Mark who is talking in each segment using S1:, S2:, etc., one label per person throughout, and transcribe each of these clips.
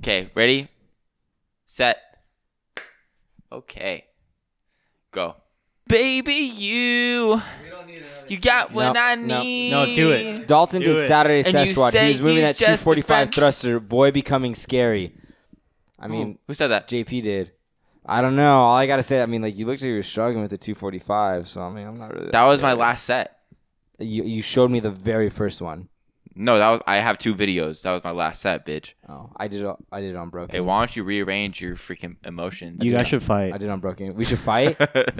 S1: Okay, ready? Set. Okay. Go. Baby, you. You got what
S2: No,
S1: I
S2: no,
S1: need.
S2: no, do it.
S3: Dalton
S2: Do
S3: did
S2: it.
S3: Saturday
S1: And you
S3: Szechuan.
S1: say
S3: He was moving
S1: he's
S3: that
S1: just a
S3: 245
S1: friend.
S3: thruster. Boy, becoming scary. I mean,
S1: Who said that?
S3: JP did. I don't know. All I gotta say, I mean, like you looked like you were struggling with the 245. So I mean, I'm not really.
S1: That was my
S3: scared.
S1: last set.
S3: You you showed me the very first one.
S1: No, that was. I have two videos. That was my last set, bitch.
S3: Oh, I did it. I did it on broken.
S1: Hey, why don't you rearrange your freaking emotions?
S2: You guys should fight.
S3: I did it on broken. We should fight.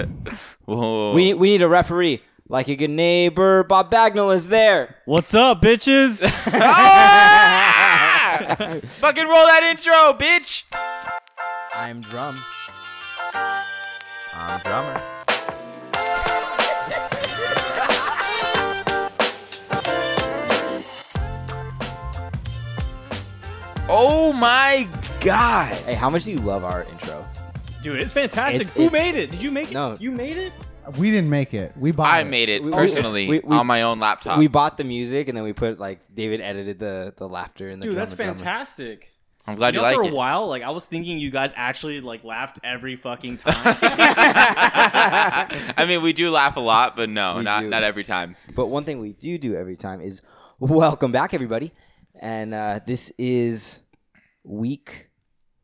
S1: Whoa.
S3: we we need a referee. Like a good neighbor, Bob Bagnall is there.
S2: What's up, bitches?
S1: Ah! Fucking roll that intro, bitch.
S3: I'm drum.
S4: I'm drummer.
S1: Oh my god.
S3: Hey, how much do you love our intro?
S2: Dude, it's fantastic.
S3: It's-
S2: Who
S3: it's-
S2: made it? Did you make it?
S3: No.
S2: You made it?
S4: We didn't make it. We bought
S1: I
S4: it.
S1: made it
S3: We-
S1: personally
S3: we- we-
S1: on my own laptop.
S3: We bought the music and then we put like David edited the the laughter and the
S2: Dude, that's
S3: drama, drama.
S2: fantastic.
S1: I'm glad you,
S2: you know, for
S1: like
S2: a
S1: it.
S2: while, like I was thinking you guys actually like laughed every fucking time.
S1: I mean, we do laugh a lot, but no,
S3: We
S1: not
S3: do.
S1: not every time.
S3: But one thing we do do every time is welcome back everybody, and uh, this is week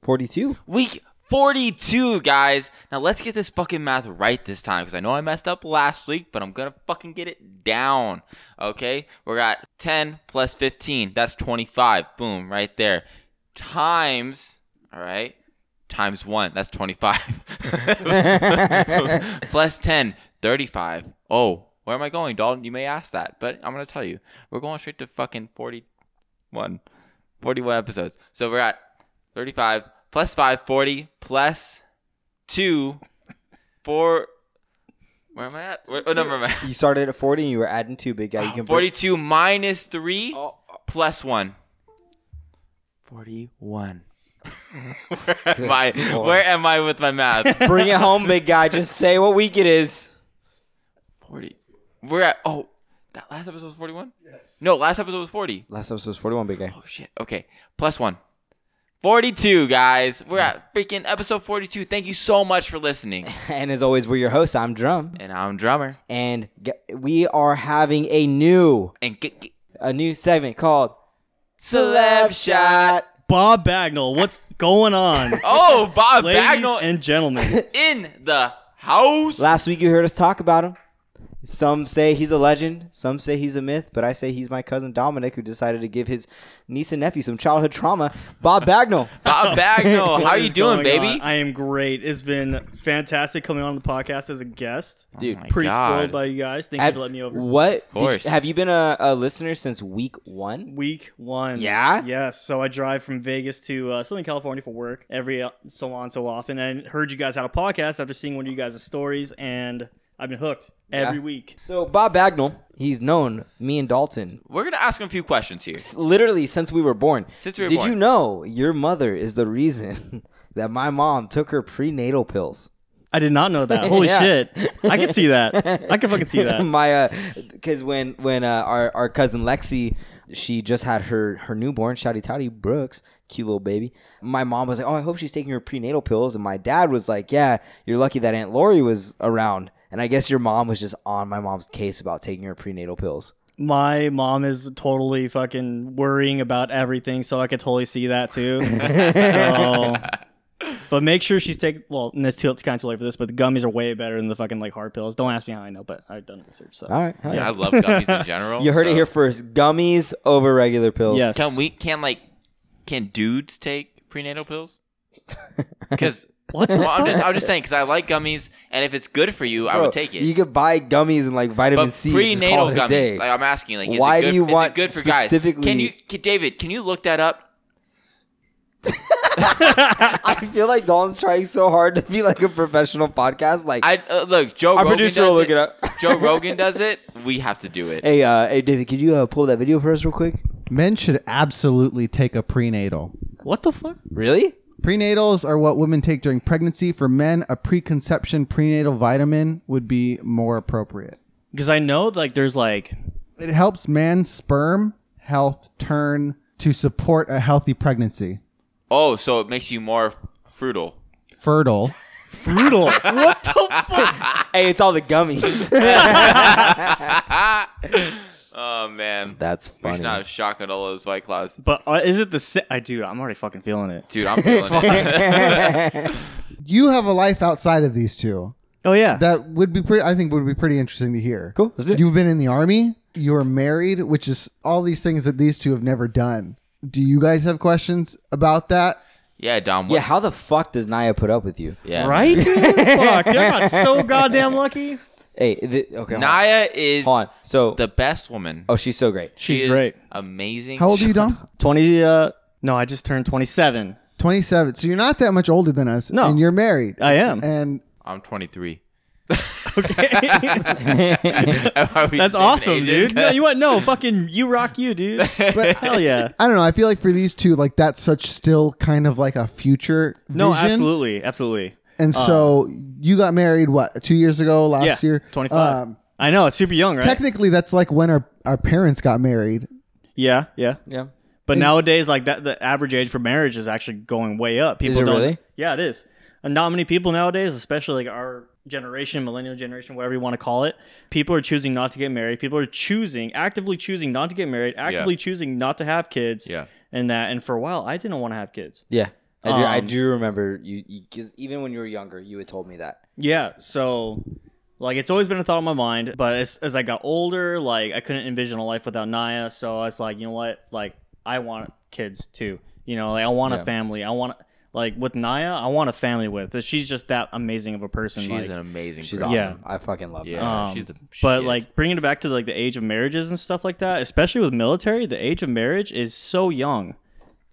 S3: forty two.
S1: Week 42, guys. Now let's get this fucking math right this time because I know I messed up last week, but I'm gonna fucking get it down. Okay, we're at 10 plus 15. That's 25. Boom, right there. Times, all right, times one. That's 25. plus 10, 35. Oh, where am I going, Dalton? You may ask that, but I'm gonna tell you. We're going straight to fucking 41. 41 episodes. So we're at 35 plus 5 40 plus 2 4 where am i at where, oh never mind
S3: You started at forty and you were adding two, big guy. You can
S1: 42 minus 3 plus 1 41 where am i
S3: Lord.
S1: where am i with my math
S3: bring it home, big guy. Just say what week it is.
S1: 40 we're at oh that last episode was 41 yes no last episode was 40
S3: Last episode was forty one, big guy.
S1: oh shit okay plus 1 42 guys we're at freaking episode 42 thank you so much for listening
S3: And as always, we're your hosts. I'm Drum,
S1: and i'm drummer
S3: and g- we are having a new
S1: and get, get
S3: a new segment called
S1: celeb shot
S2: Bob Bagnall, what's going on?
S1: Oh, Bob
S2: Ladies
S1: Bagnall
S2: and gentlemen.
S1: in the house.
S3: Last week you heard us talk about him. Some say he's a legend, some say he's a myth, but I say he's my cousin Dominic who decided to give his niece and nephew some childhood trauma. Bob Bagnall.
S1: Bob Bagnall, how
S2: What
S1: are
S2: is
S1: you doing,
S2: going
S1: baby?
S2: on? I am great. It's been fantastic coming on the podcast as a guest.
S3: Dude,
S1: my
S2: Pretty
S1: God.
S2: spoiled by you guys. Thank you
S3: Have-
S2: for letting me over.
S3: What? did you-
S1: course.
S3: have you been a, a listener since week one?
S2: Week one.
S3: Yeah?
S2: Yes. So I drive from Vegas to uh, Southern California for work every uh, so on so often. And I heard you guys had a podcast after seeing one of you guys' stories, and I've been hooked every week.
S3: So Bob Bagnall, he's known me and Dalton
S1: We're gonna ask him a few questions here.
S3: s- literally since we were born.
S1: Since we were
S3: Did
S1: born.
S3: you know your mother is the reason that my mom took her prenatal pills?
S2: I did not know that. Holy
S3: Yeah.
S2: shit. I can see that. I can fucking see that.
S3: my because when when uh, our our cousin Lexi, she just had her her newborn Shouty Toddy Brooks, cute little baby. My mom was like, "Oh, I hope she's taking her prenatal pills," and my dad was like, "Yeah, you're lucky that Aunt Lori was around." And I guess your mom was just on my mom's case about taking her prenatal pills.
S2: My mom is totally fucking worrying about everything, so I could totally see that too. so, but make sure she's taking. Well, and it's too it's kind of too late for this, but the gummies are way better than the fucking like hard pills. Don't ask me how I know, but I've done research. So
S3: All right, hell
S1: Yeah,
S3: yeah.
S1: I love gummies in general.
S3: you heard it
S1: so-
S3: here first. Gummies over regular pills.
S2: Yes.
S1: Can we? Can like? Can dudes take prenatal pills? Because
S2: What the
S1: well, I'm just I'm just saying because I like gummies and if it's good for you, I
S3: Bro,
S1: would take it.
S3: You could buy gummies and like vitamin
S1: but
S3: C. and just
S1: prenatal
S3: call it a day.
S1: gummies. Like, I'm asking, like, is
S3: Why
S1: it
S3: do
S1: good,
S3: you
S1: is it
S3: want
S1: good for guys? Can
S3: specifically-
S1: you, can, David? Can you look that up?
S3: I feel like Dalton's trying so hard to be like a professional podcast. Like,
S1: I uh, look. Joe
S3: Our
S1: Rogan
S3: producer
S1: does
S3: will look it up.
S1: Joe Rogan does it. We have to do it.
S3: hey, uh, hey, David, could you uh, pull that video for us real quick?
S4: Men should absolutely take a prenatal.
S2: What the fuck?
S3: Really?
S4: Prenatals are what women take during pregnancy. For men, a preconception prenatal vitamin would be more appropriate.
S2: Because I know like there's like
S4: It helps man's sperm health turn to support a healthy pregnancy.
S1: Oh, so it makes you more f- frugal.
S4: Fertile.
S2: Brutal. what the
S3: hey, it's all the gummies.
S1: Oh man,
S3: That's
S1: we
S3: funny.
S1: should not have shotgun all those white claws,
S2: But uh, is it the sa- I do. I'm already fucking feeling it.
S1: dude. I'm feeling it.
S4: You have a life outside of these two.
S2: Oh yeah.
S4: That would be pretty. I think would be pretty interesting to hear.
S3: Cool, let's do it.
S4: You've been in the army. You are married, which is all these things that these two have never done. Do you guys have questions about that?
S1: yeah, Dom. What,
S3: yeah, how the fuck does Naya put up with you?
S1: yeah.
S2: right? dude? Fuck. You're not so goddamn lucky.
S3: Hey, th- okay, hold on.
S1: Naya is
S3: hold on. So,
S1: the best woman.
S3: oh, she's so great.
S1: She
S2: She's
S1: is
S2: great.
S1: Amazing.
S4: How old are you, Dom?
S2: 20 uh no, I just turned 27.
S4: Twenty-seven. So you're not that much older than us.
S2: No.
S4: and you're married.
S2: I am.
S4: And
S1: I'm 23.
S2: That's
S1: Are we the same
S2: awesome,
S1: ages?
S2: dude. No, you want no, fucking you rock you, dude.
S4: But-
S2: Hell yeah.
S4: I don't know. I feel like for these two, like that's such still kind of like a future.
S2: No,
S4: vision.
S2: absolutely. Absolutely.
S4: And so you got married what two years ago? Last
S2: yeah.
S4: year, Um,
S2: 25. I know, it's super young, right?
S4: Technically, that's like when our our parents got married.
S2: yeah, yeah.
S3: Yeah.
S2: But nowadays, like that, the average age for marriage is actually going way up. People
S3: it
S2: don't.
S3: really?
S2: Yeah, it is. And not many people nowadays, especially like our generation, millennial generation, whatever you want to call it, people are choosing not to get married. People are choosing, actively choosing not to get married, actively choosing not to have kids.
S1: Yeah.
S2: And that, and for a while, I didn't want to have kids.
S3: Yeah. I do, I
S2: Um,
S3: do remember you because even when you were younger, you had told me that.
S2: Yeah. So, like, it's always been a thought in my mind. But as, as I got older, like, I couldn't envision a life without Naya. So I was like, you know what? Like, I want kids too. You know, like, I want a family. I want, like, with Naya, I want a family with. She's just that amazing of a person.
S1: She's
S2: like,
S1: an amazing.
S3: She's
S1: person.
S3: awesome.
S2: Yeah.
S3: I fucking love that.
S1: Yeah,
S2: Um,
S1: she's the.
S2: but
S1: shit.
S2: like bringing it back to like the age of marriages and stuff like that, especially with military, the age of marriage is so young,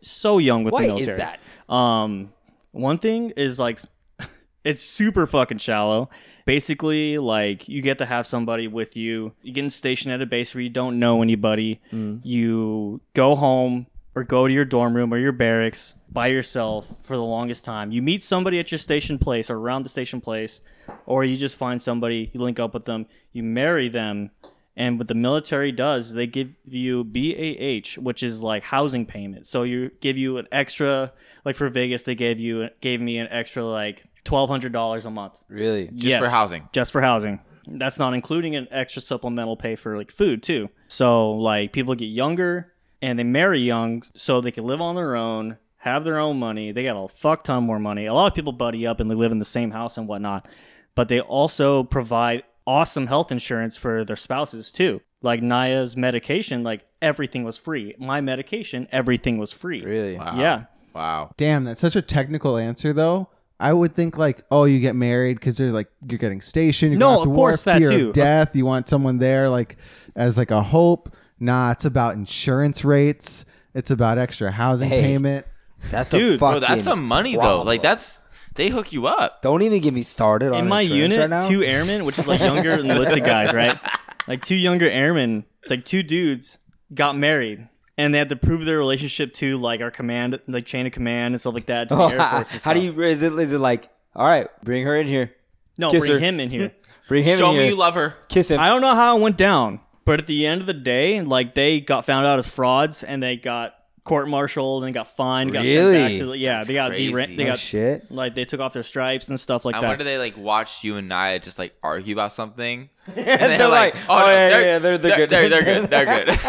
S2: so young with
S3: Why
S2: the
S3: is
S2: military.
S3: that?
S2: Um, one thing is like, it's super fucking shallow. Basically, like you get to have somebody with you. You get stationed at a base where you don't know anybody. You go home or go to your dorm room or your barracks by yourself for the longest time. You meet somebody at your station place or around the station place, or you just find somebody, you link up with them, you marry them. And what the military does, they give you BAH, which is like housing payment. So you give you an extra, like for Vegas, they gave you gave me an extra like twelve hundred dollars a month
S3: Really?
S1: just for housing.
S2: just for housing. That's not including an extra supplemental pay for like food too. So like people get younger and they marry young so they can live on their own, have their own money. They got a fuck ton more money. A lot of people buddy up and they live in the same house and whatnot. But they also provide awesome health insurance for their spouses too. Like Naya's medication, like everything was free. My medication, everything was free.
S3: Really?
S1: Wow.
S2: Yeah.
S1: Wow.
S4: Damn, that's such a technical answer, though. I would think like, oh, you get married because they're like you're getting stationed. You're
S2: No,
S4: going off
S2: of
S4: to
S2: course
S4: war,
S2: that
S4: fear
S2: too.
S4: Of death. You want someone there like as like a hope. Nah, it's about insurance rates. It's about extra housing
S3: Hey.
S4: payment.
S3: That's a
S2: Dude,
S1: Bro,
S3: fucking.
S1: Oh, that's some money though.
S3: problem.
S1: Like that's they hook you up.
S3: Don't even get me started on
S2: in my
S3: insurance
S2: unit,
S3: right now.
S2: two airmen, which is like younger than listed guys, right? Like two younger airmen, it's like two dudes got married, and they had to prove their relationship to like our command, like chain of command and stuff like that. To the Air Force and
S3: How do
S2: stuff.
S3: you? Is it? Is it like? All right, bring her in here.
S2: No,
S3: kiss
S2: bring
S3: her?
S2: him in here.
S3: Bring him
S1: Show
S3: in
S1: me
S3: here.
S1: you love her.
S3: Kiss him.
S2: I don't know how it went down, but at the end of the day, like they got found out as frauds, and they got court-martialed and got fined. Got sent
S3: Really?
S2: back to the, yeah, they got
S1: crazy.
S2: dera-
S1: Oh,
S2: they
S3: Oh,
S2: got
S3: shit.
S2: like they took off their stripes and stuff like
S1: I
S2: that.
S1: wonder they like watched you and Naya just like argue about something. And
S3: They're like, "Oh, yeah, yeah, yeah, they're- they're good."
S1: They're, they're good. They're good.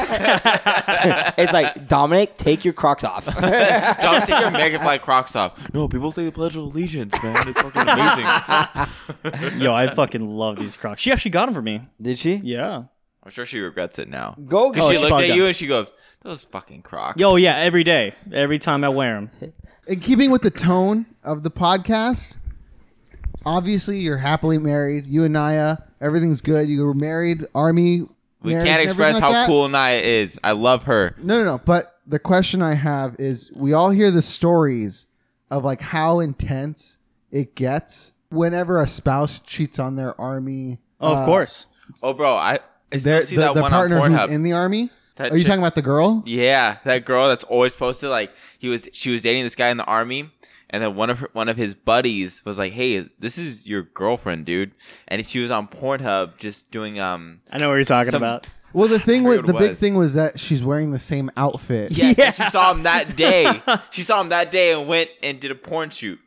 S3: It's like Dominic, take your Crocs off.
S1: Don't take your Megafly Crocs off. No, people say the Pledge of Allegiance, man. It's fucking amazing. I'm
S2: Yo, I fucking love these Crocs. She actually got them for me.
S3: Did she?
S2: Yeah.
S1: sure she regrets it now.
S3: Go Oh,
S1: Because
S3: go.
S1: she
S2: she
S1: looked
S2: probably
S1: at you
S2: does.
S1: and she goes, "Those fucking Crocs."
S2: Yo, Oh, yeah, every day, every time I wear them.
S4: In keeping with the tone of the podcast, obviously you're happily married. You and Naya, everything's good. You were married, army.
S1: we
S4: marriage
S1: can't
S4: and everything
S1: express
S4: like
S1: how
S4: that.
S1: cool Naya is. I love her.
S4: No, no, no. But the question I have is we all hear the stories of like how intense it gets whenever a spouse cheats on their army.
S2: Of
S4: uh,
S2: course.
S1: Oh, bro, I, I still
S4: Their,
S1: see
S4: the,
S1: that
S4: the
S1: one on
S4: partner
S1: Pornhub.
S4: who's in the army.
S1: That
S4: Are you
S1: chick-
S4: talking about the girl?
S1: Yeah, that girl that's always posted like he was she was dating this guy in the army and then one of her, one of his buddies was like, "Hey, is- this is your girlfriend, dude." And she was on Pornhub just doing um
S2: I know what you're talking
S1: some-
S2: about.
S4: Well, the thing
S1: forget
S4: with
S1: what
S4: the
S1: it
S4: big
S1: was.
S4: thing was that she's wearing the same outfit.
S1: Yeah, 'cause she saw him that day. she saw him that day and went and did a porn shoot.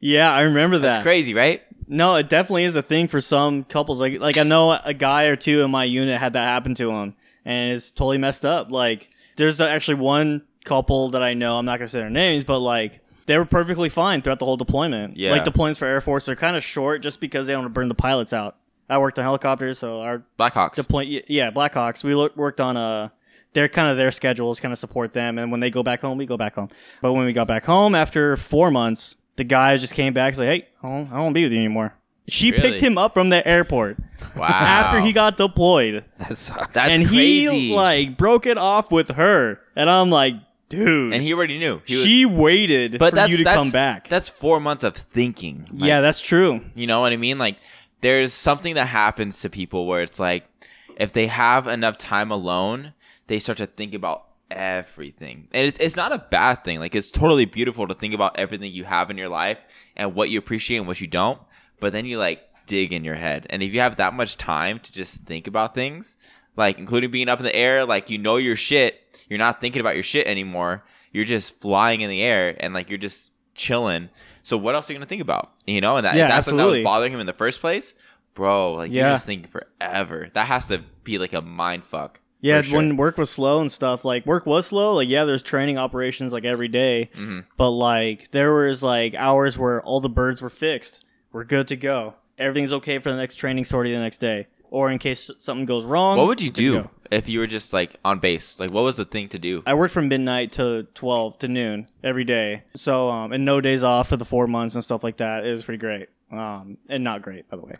S2: Yeah, I remember that.
S1: That's crazy, right?
S2: No, it definitely is a thing for some couples. Like, like I know a guy or two in my unit had that happen to him, and it's totally messed up. Like, there's actually one couple that I know. I'm not gonna say their names, but like they were perfectly fine throughout the whole deployment.
S1: Yeah.
S2: Like deployments for Air Force are kind of short just because they don't want to burn the pilots out. I worked on helicopters, so our
S1: Blackhawks.
S2: deploy, yeah, Blackhawks. We lo- worked on uh They're kind of their schedules, kind of support them, and when they go back home, we go back home. But when we got back home after four months, the guy just came back. He's like, "Hey, I don't, I don't want to be with you anymore." She
S1: Really?
S2: picked him up from the airport
S1: wow.
S2: after he got deployed,
S3: That sucks.
S1: That's
S2: and
S1: crazy.
S2: he like broke it off with her, and I'm like, "Dude,
S1: and he already knew. He was-
S2: she waited
S1: but
S2: for
S1: that's,
S2: you to
S1: that's,
S2: come back."
S1: That's four months of thinking. Like,
S2: yeah, that's true.
S1: You know what I mean? Like, there's something that happens to people where it's like, if they have enough time alone, they start to think about everything. And it's, it's not a bad thing. Like, it's totally beautiful to think about everything you have in your life and what you appreciate and what you don't. But then you like dig in your head. And if you have that much time to just think about things, like including being up in the air, like you know your shit, you're not thinking about your shit anymore. You're just flying in the air and like you're just chilling. So what else are you gonna think about? You know, and that,
S2: Yeah,
S1: if that's what that
S2: absolutely.
S1: was bothering him in the first place, bro. Like you're
S2: Yeah.
S1: just thinking forever. That has to be like a mind fuck.
S2: Yeah,
S1: for sure.
S2: when work was slow and stuff, like work was slow. Like yeah, there's training operations like every day,
S1: Mm-hmm.
S2: but like there was like hours where all the birds were fixed. We're good to go. Everything's okay for the next training sortie the next day, or in case something goes wrong.
S1: what would you
S2: we're
S1: do
S2: good to go.
S1: if you were just like on base? Like what was the thing to do?
S2: I worked from midnight to twelve to noon every day, so um, and no days off for the four months and stuff like that. It was pretty great, um, and not great by the way.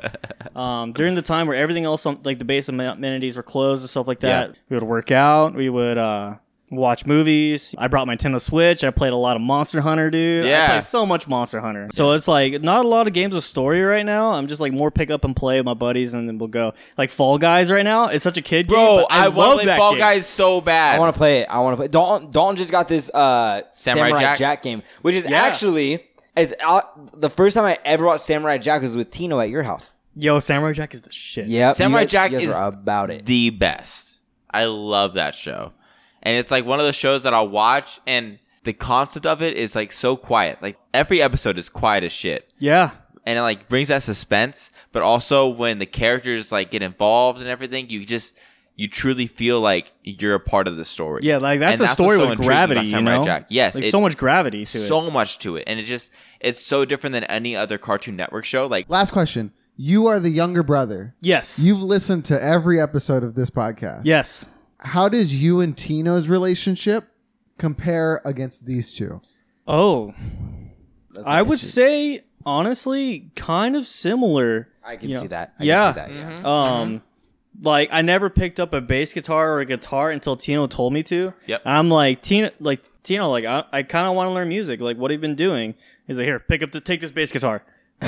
S2: But um, during the time where everything else, on- like the base amenities were closed and stuff like that,
S1: Yeah.
S2: we would work out. We would uh, watch movies. I brought my Nintendo Switch. I played a lot of Monster Hunter, dude. I
S1: Yeah.
S2: played so much Monster Hunter. So it's like not a lot of games of story right now. I'm just like more pick up and play with my buddies, and then we'll go like Fall Guys right now. It's such a kid game.
S1: Bro,
S2: but
S1: I,
S2: I, love
S1: want to play
S2: that
S1: Fall
S2: game.
S1: Guys so bad.
S3: I want to play it. I want to play. Dalton, Dalton just got this uh,
S1: Samurai
S3: Samurai,
S1: Jack?
S3: Jack. game, which is
S2: Yeah.
S3: actually is out, the first time I ever watched Samurai Jack was with Tino at your house.
S2: Yo, Samurai Jack is the shit.
S3: Yeah,
S1: Samurai Jack
S3: you guys
S1: is
S3: were about it.
S1: the best. I love that show. And it's like one of those shows that I'll watch and the concept of it is like so quiet. Like every episode is quiet as shit.
S2: Yeah.
S1: and it like brings that suspense but also when the characters like get involved and everything you just you truly feel like you're a part of the story
S2: Yeah, like that's
S1: And
S2: a
S1: what's
S2: story
S1: so
S2: with
S1: intriguing
S2: gravity,
S1: about
S2: you
S1: Samurai
S2: know.
S1: Jack. yes
S2: like
S1: it-
S2: so much gravity to it.
S1: so much to it and it just it's so different than any other cartoon network show like
S4: Last question. You are the younger brother.
S2: Yes,
S4: You've listened to every episode of this podcast.
S2: yes.
S4: How does you and Tino's relationship compare against these two?
S2: Oh,
S3: Let's
S2: I
S3: look at
S2: would
S3: you.
S2: say honestly, kind of similar.
S3: I can
S2: you know,
S3: see that. I
S2: yeah.
S3: Can see that, yeah.
S2: Um, like I never picked up a bass guitar or a guitar until Tino told me to.
S1: Yep.
S2: I'm like Tino, like Tino, like I, I kind of want to learn music. Like, what have you been doing? He's like, here, pick up the, take this bass guitar.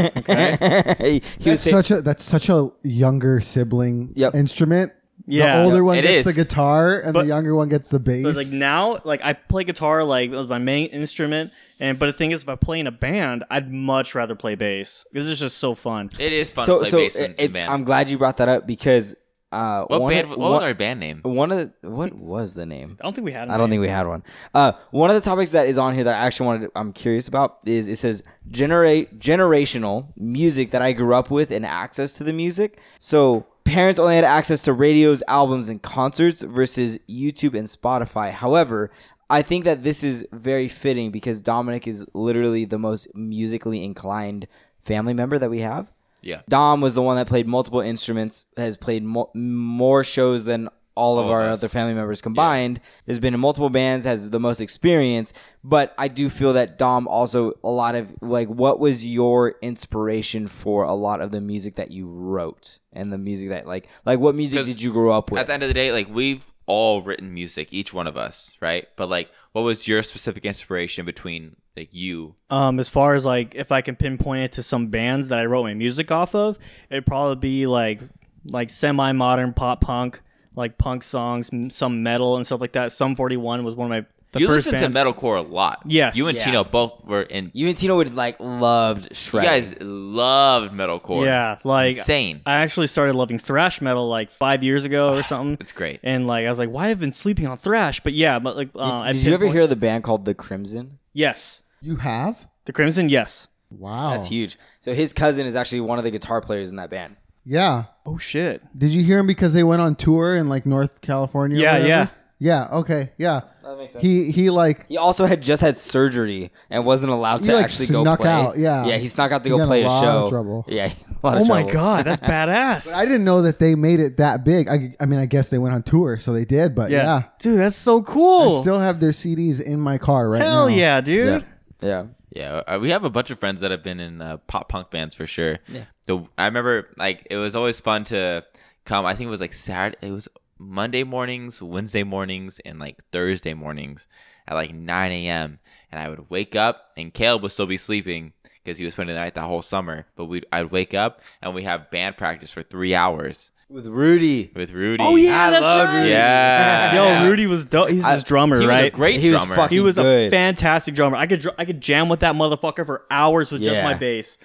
S3: He- he would
S4: That's
S3: say,
S4: such a that's such a younger sibling
S3: Yep.
S4: instrument.
S2: Yeah.
S4: The older one
S1: It
S4: gets
S1: is.
S4: the guitar and
S2: But-
S4: the younger one gets the bass.
S2: But like now, like I play guitar like it was my main instrument, and but the thing is, if I play in a band, I'd much rather play bass because it's just so fun.
S1: it is fun
S3: so
S1: to play
S3: so
S1: bass in,
S3: it-
S1: in
S3: it-
S1: band
S3: I'm glad you brought that up because uh,
S1: what
S3: one,
S1: band
S3: Of,
S1: what was
S3: one,
S1: our band name
S3: one of the, what was the name?
S2: I don't think we had. a
S3: I don't
S2: name.
S3: think we had one. Uh, one of the topics that is on here that I actually wanted, to, I'm curious about is it says generate generational music that I grew up with and access to the music. So parents only had access to radios, albums, and concerts versus YouTube and Spotify. However, I think that this is very fitting because Dominic is literally the most musically inclined family member that we have.
S1: yeah
S3: Dom was the one that played multiple instruments, has played mo- more shows than all of
S1: All of
S3: our
S1: us.
S3: other family members combined. Has been in multiple bands, has the most experience. But I do feel that Dom also a lot of like, what was your inspiration for a lot of the music that you wrote and the music that like, like what music
S1: 'Cause
S3: did you grow up
S1: at
S3: with?
S1: the end of the day, like we've all written music, each one of us, right? But like, what was your specific inspiration between like you?
S2: Um, as far as like if I can pinpoint it to some bands that I wrote my music off of, it'd probably be like like semi modern pop punk, like punk songs, m- some metal and stuff like that. Some forty one was one of my The
S1: you
S2: first
S1: listen
S2: band.
S1: to metalcore a lot.
S2: Yes.
S1: You and
S3: Yeah.
S1: Tino both were in.
S3: You and Tino would like loved Shrek.
S1: You guys loved metalcore.
S2: Yeah, like
S1: insane.
S2: I actually started loving thrash metal like five years ago or something.
S1: It's great.
S2: And like I was like, why have I been sleeping on thrash? But yeah, but like
S3: Did,
S2: uh, at
S3: did you ever
S2: Pinpoint-
S3: hear of the band called The Crimson?
S2: Yes,
S4: You have?
S2: the Crimson. Yes.
S4: Wow.
S3: That's huge. So his cousin is actually one of the guitar players in that band.
S4: Yeah.
S2: Oh shit.
S4: Did you hear him because they went on tour in like North California? or
S2: Yeah,
S4: whatever?
S2: yeah.
S4: Yeah, okay, yeah.
S3: That makes sense.
S4: He he like
S3: He also had just had surgery and wasn't allowed
S4: He,
S3: to
S4: like,
S3: actually go
S4: snuck
S3: play.
S4: out, yeah.
S3: yeah, he snuck out to
S4: He got
S3: go
S4: in
S3: play
S4: a
S3: a,
S4: lot
S3: show.
S4: of trouble.
S3: Yeah, a lot of
S2: Oh my
S3: trouble.
S2: god, that's badass.
S4: I didn't know that they made it that big. I, I mean, I guess they went on tour, so they did, but yeah.
S2: Dude, that's so
S4: I
S2: cool.
S4: still have their CDs in my car right now.
S2: Hell yeah, dude.
S3: Yeah, yeah.
S1: Yeah, uh, we have a bunch of friends that have been in uh, pop punk bands for sure. The I remember like it was always fun to come. I think it was like Saturday. It was Monday mornings, Wednesday mornings, and like Thursday mornings at like 9 a.m. And I would wake up, and Caleb would still be sleeping because he was spending the night that whole summer. But we, I'd wake up, and we have band practice for three hours
S3: With Rudy.
S1: with Rudy.
S2: Oh yeah,
S3: I
S2: that's
S3: love
S2: right.
S1: Rudy. Yeah.
S2: Yo, Rudy was dope. He's
S3: I-
S2: his drummer,
S1: he was
S2: right?
S1: a great
S3: He was
S1: drummer.
S3: fucking-
S2: he was a
S3: good.
S2: fantastic drummer. I could dr- I could jam with that motherfucker for hours with just
S3: Yeah.
S2: my bass,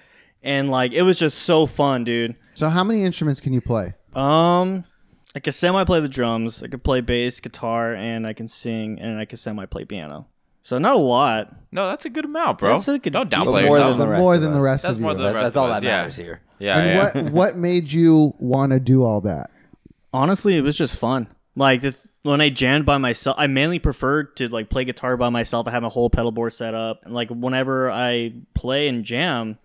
S2: and like it was just so fun, dude.
S4: So, how many instruments can you play?
S2: Um, I could semi play the drums. I could play bass, guitar, and I can sing, and I can semi play piano. So not a lot.
S1: no, that's a good amount, bro.
S2: That's a good-
S1: Don't
S2: But
S1: downplay
S3: more
S1: yourself.
S3: than the rest
S4: more
S3: of
S4: than the
S3: us.
S4: rest
S1: That's
S4: of
S1: more
S4: you.
S1: than the
S3: That-
S1: rest
S3: that's
S1: of
S3: all
S1: us,
S3: that
S1: yeah.
S3: matters here.
S1: yeah,
S4: and
S1: yeah.
S4: what what made you want to do all that?
S2: Honestly, it was just fun. Like the, when I jammed by myself, I mainly preferred to like play guitar by myself. I have my whole pedal board set up. And, like whenever I play and jam,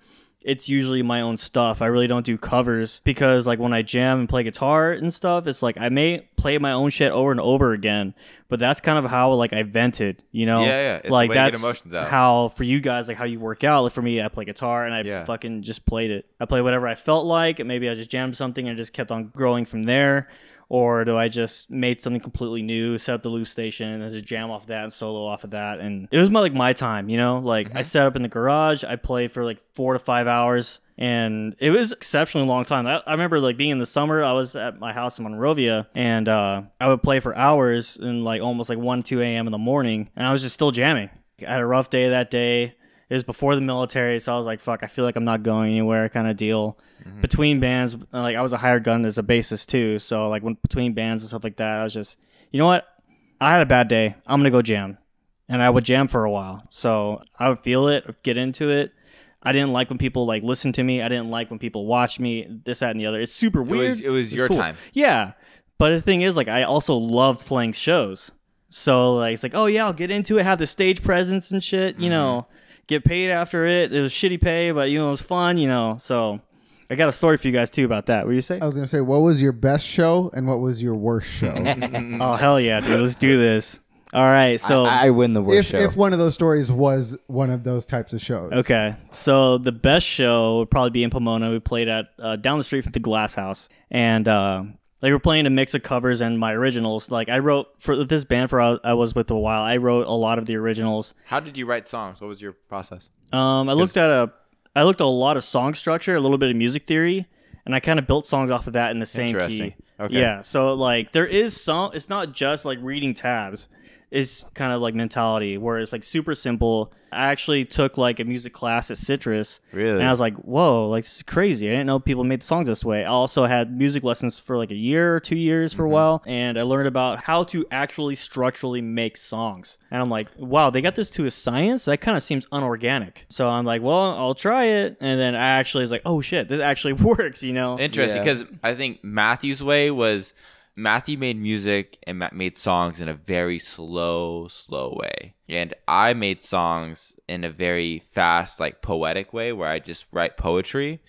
S2: it's usually my own stuff. I really don't do covers because like when I jam and play guitar and stuff, it's like I may play my own shit over and over again. But that's kind of how like I vented, you know?
S1: Yeah, yeah. It's a
S2: like
S1: way to get
S2: that's
S1: emotions out.
S2: how for you guys like how you work out. Like for me, I play guitar and I
S1: Yeah.
S2: fucking just played it. I played whatever I felt like. and Maybe I just jammed something and just kept on growing from there. Or do I just made something completely new, set up the loop station, and then just jam off that and solo off of that? And it was my like my time, you know. Like I set up in the garage, I played for like four to five hours, and it was exceptionally long time. I, I remember like being in the summer, I was at my house in Monrovia, and uh, I would play for hours and like almost like one, two a.m. in the morning, and I was just still jamming. I had a rough day that day. It was before the military, so I was like, "Fuck, I feel like I'm not going anywhere." Kind of deal.
S1: Mm-hmm.
S2: Between bands, uh, like I was a hired gun as a bassist too, so like when between bands and stuff like that, I was just, you know what? I had a bad day. I'm gonna go jam, and I would jam for a while. So I would feel it, get into it. I didn't like when people like listened to me. I didn't like when people watched me. This, that, and the other. It's super
S1: was-
S2: weird.
S1: it was your time.
S2: Yeah. But the thing is, like, I also loved playing shows. So, like, it's like, oh, yeah, I'll get into it, have the stage presence and shit, you know, get paid after it. It was shitty pay, but, you know, it was fun, you know. So, I got a story for you guys, too, about that. What you say?
S4: I was gonna say, what was your best show and what was your worst show?
S2: Oh, hell yeah, dude. Let's do this. All right. So,
S3: I, I win the worst
S4: if
S3: show.
S4: if one of those stories was one of those types of shows.
S2: Okay, so the best show would probably be in Pomona. We played at uh, down the street from the Glass House, and uh, they were playing a mix of covers and my originals. Like I wrote for this band for uh, I I was with a while. I wrote a lot of the originals.
S1: How did you write songs? What was your process?
S2: Um, I looked at a I looked at a lot of song structure, a little bit of music theory, and I kind of built songs off of that in the same
S1: Interesting.
S2: key.
S1: Okay.
S2: Yeah. So like there is some. It's not just like reading tabs. It's kind of like mentality where it's like super simple. I actually took like a music class at Citrus.
S1: Really?
S2: And I was like, whoa, like this is crazy. I didn't know people made songs this way. I also had music lessons for like a year or two years for a while. And I learned about how to actually structurally make songs. And I'm like, wow, they got this to a science? That kind of seems unorganic. So I'm like, well, I'll try it. And then I actually was like, oh shit, this actually works, you know?
S1: Interesting,
S3: Yeah.
S1: because I think Matthew's way was Matthew made music and ma- made songs in a very slow, slow way, and I made songs in a very fast, like poetic way, where I just write poetry,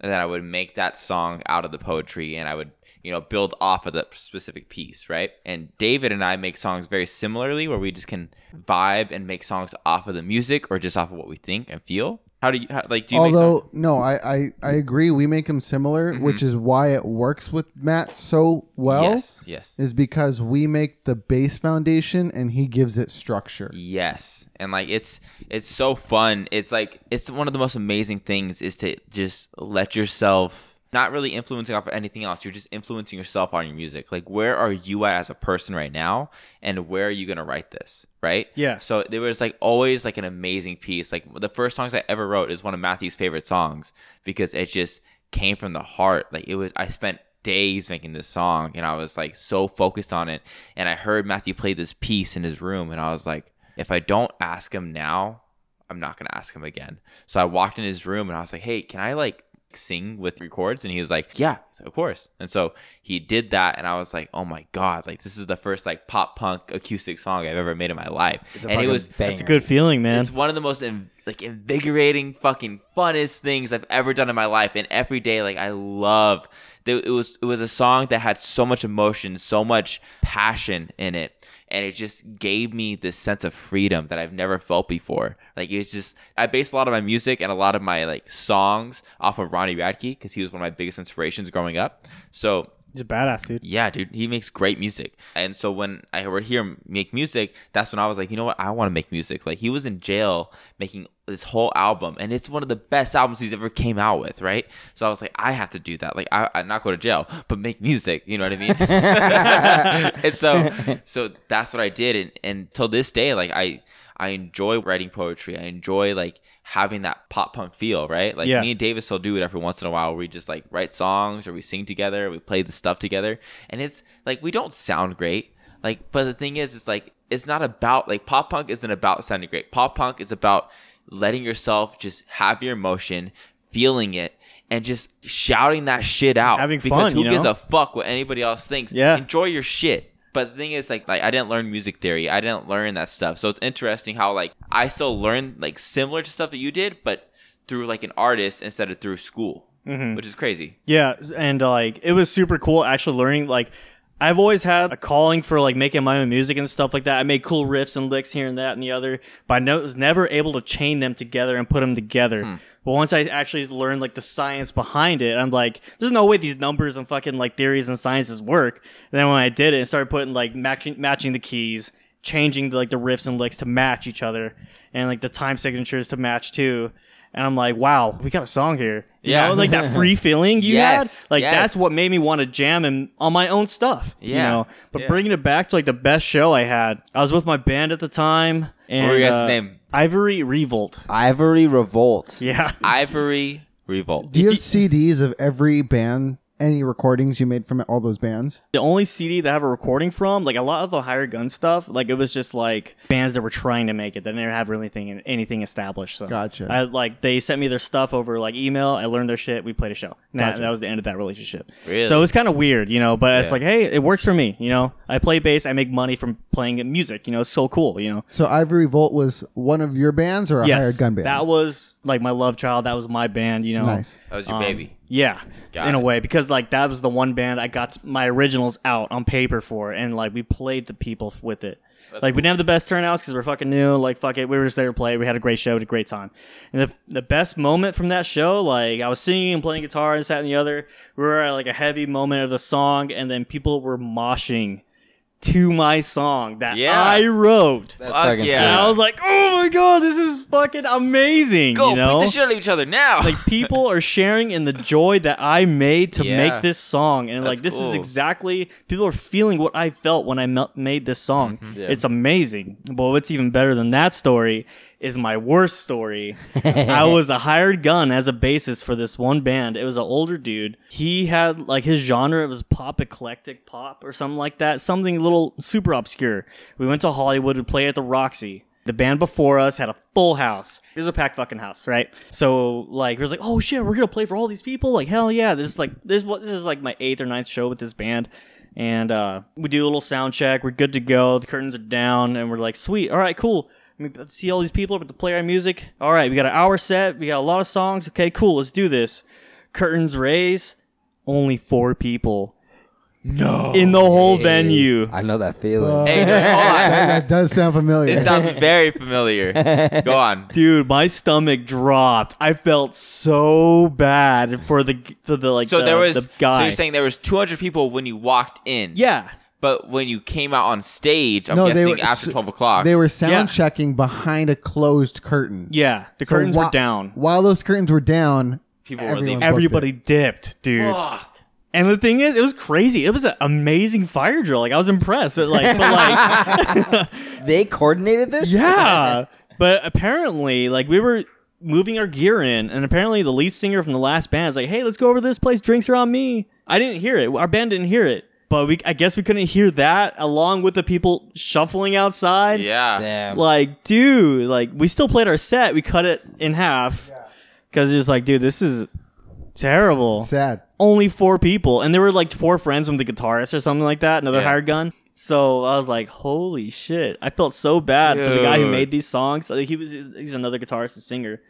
S1: and then I would make that song out of the poetry, and I would you know build off of that specific piece, right? And David and I make songs very similarly, where we just can vibe and make songs off of the music or just off of what we think and feel. How do you how, like? Do you make songs?
S4: Although no, I, I I agree. We make them similar, which is why it works with Matt so well.
S1: yes, yes.
S4: Is because we make the base foundation and he gives it structure.
S1: Yes. And like it's it's so fun. It's like it's one of the most amazing things is to just let yourself not really influencing off of anything else. You're just influencing yourself on your music. Like, where are you at as a person right now, and where are you gonna write this? Right?
S2: Yeah.
S1: So there was like always like an amazing piece. Like the first songs I ever wrote is one of Matthew's favorite songs because it just came from the heart. Like it was. I spent days making this song, and I was like so focused on it. And I heard Matthew play this piece in his room, and I was like, if I don't ask him now, I'm not gonna ask him again. So I walked in his room and I was like, hey, can I like sing with records? And he was like, yeah, I said, of course. And so he did that, and I was like, oh my god, like this is the first like pop punk acoustic song I've ever made in my life. and it was
S2: It's a good feeling, man.
S1: it's one of the most in, like invigorating, fucking funnest things I've ever done in my life. And every day, like I love. th- It was it was a song that had so much emotion, so much passion in it, and it just gave me this sense of freedom that I've never felt before. Like it's just I base a lot of my music and a lot of my like songs off of Ronnie Radke because he was one of my biggest inspirations growing up. So
S2: He's a badass dude.
S1: yeah, dude, he makes great music. And so when I would hear him make music, that's when I was like, you know what? I want to make music. Like he was in jail making this whole album, and it's one of the best albums he's ever came out with, right? So I was like, I have to do that. Like I, I not go to jail, but make music. You know what I mean? and so, so that's what I did. And and till this day, like I. I enjoy writing poetry. I enjoy like having that pop punk feel, right? Like
S2: Yeah.
S1: me and Davis will do it every once in a while. Where we just like write songs or we sing together, we play the stuff together, and it's like we don't sound great. Like, but the thing is, it's like it's not about like pop punk isn't about sounding great. Pop punk is about letting yourself just have your emotion, feeling it, and just shouting that shit out.
S2: Having
S1: because
S2: fun,
S1: who
S2: you
S1: gives
S2: know?
S1: a fuck what anybody else thinks?
S2: Yeah.
S1: enjoy your shit. But the thing is, like, like I didn't learn music theory. I didn't learn that stuff. So it's interesting how like I still learn like similar to stuff that you did, but through like an artist instead of through school,
S2: Mm-hmm.
S1: which is crazy.
S2: Yeah, s- and uh, like it was super cool actually learning like I've always had a calling for like making my own music and stuff like that. I made cool riffs and licks here and that and the other, but I no- was never able to chain them together and put them together. But once I actually learned like the science behind it, I'm like, there's no way these numbers and fucking like theories and sciences work. And then when I did it, I started putting like matching matching the keys, changing the, like the riffs and licks to match each other, and like the time signatures to match too. And I'm like, wow, we got a song here. You
S1: Yeah.
S2: know, like that free feeling you
S1: Yes,
S2: had. Like
S1: yes.
S2: that's what made me want to jam and on my own stuff. You
S1: Yeah,
S2: know, but
S1: yeah.
S2: bringing it back to like the best show I had. I was with my band at the time. And,
S1: were your guys'
S2: uh,
S1: name?
S2: Ivory Revolt.
S3: Ivory Revolt.
S2: Yeah.
S1: Ivory Revolt.
S4: Do you have CDs of every band, any recordings you made from all those bands?
S2: The only CD that I have a recording from, like a lot of the higher gun stuff, like it was just like bands that were trying to make it that didn't have really anything, anything established. So
S4: Gotcha.
S2: I like they sent me their stuff over like email. I learned their shit. We played a show. And That, that was the end of that relationship.
S1: Really?
S2: So it was kind of weird, you know. But it's like, hey, it works for me. You know, I play bass. I make money from playing music. You know, it's so cool. You know,
S4: So Ivory Volt was one of your bands or a hired gun band?
S2: That was like my love child. That was my band. You know,
S4: Nice.
S1: That was your
S2: Um,
S1: baby.
S2: yeah,
S1: Got
S2: in a
S1: it.
S2: way, because like that was the one band I got my originals out on paper for, and like we played the people with it. like we didn't have the best turnouts because we're fucking new. Like fuck it, we were just there to play. We had a great show, had a great time, and the, the best moment from that show, like I was singing and playing guitar and this that and the other. We were at like a heavy moment of the song, and then people were moshing to my song that
S1: Yeah.
S2: I wrote.
S1: Fuck
S3: fucking
S1: yeah.
S3: sick.
S2: And I was like, oh my god, this is fucking amazing.
S1: Go
S2: you know?
S1: beat the shit out of each other now.
S2: like people are sharing in the joy that I made to
S1: Yeah.
S2: make this song, and like
S1: That's
S2: this
S1: cool.
S2: is exactly people are feeling what I felt when I mel- made this song.
S1: Mm-hmm.
S2: It's amazing. But what's even better than that story is my worst story. I was a hired gun as a bassist for this one band. It was an older dude. He had like his genre it was pop eclectic pop or something like that, something a little super obscure. We went to Hollywood to play at the Roxy. The band before us had a full house. It was a packed fucking house, right? So like, it was like, oh shit, we're gonna play for all these people. Like hell yeah, this is like this. What this is like my eighth or ninth show with this band, and uh, we do a little sound check. We're good to go. The curtains are down, and we're like, sweet, all right, cool. I mean, let's see all these people, but to play our music. All right, we got an hour set. We got a lot of songs. Okay, cool. Let's do this. Curtains raise. Only four people. No. In the whole venue.
S3: I know that feeling.
S4: Uh,
S1: hey, no, hold on.
S4: that does sound familiar.
S1: It sounds very familiar. Go on.
S2: Dude, my stomach dropped. I felt so bad for the for the like
S1: So
S2: the,
S1: there was.
S2: the guy.
S1: So you're saying there was 200 people when you walked in.
S2: yeah.
S1: But when you came out on stage, I'm
S4: No, they
S1: guessing
S4: were-
S1: after 12 o'clock.
S4: They were sound
S2: Yeah.
S4: checking behind a closed curtain.
S2: Yeah, the
S4: So
S2: curtains
S4: whi-
S2: were down.
S4: While those curtains were down,
S1: people
S4: Everyone-
S1: were leaving.
S2: Everybody dipped, dude.
S1: Fuck.
S2: And the thing is, it was crazy. It was an amazing fire drill. Like I was impressed. But like, but like,
S3: They coordinated this?
S2: yeah. But apparently, like we were moving our gear in, and apparently the lead singer from the last band is like, "Hey, let's go over to this place. Drinks are on me." I didn't hear it. Our band didn't hear it. But we, I guess, we couldn't hear that along with the people shuffling outside.
S1: Yeah.
S3: Damn.
S2: Like, dude, like we still played our set. We cut it in half because it's like, dude, this is terrible
S4: Sad.
S2: only four people, and there were like four friends from the guitarist or something like that, another
S1: Yeah.
S2: hired gun. So I was like, "Holy shit!" I felt so bad for the guy who
S1: Dude.
S2: made these songs. Like, he was—he's another guitarist and singer,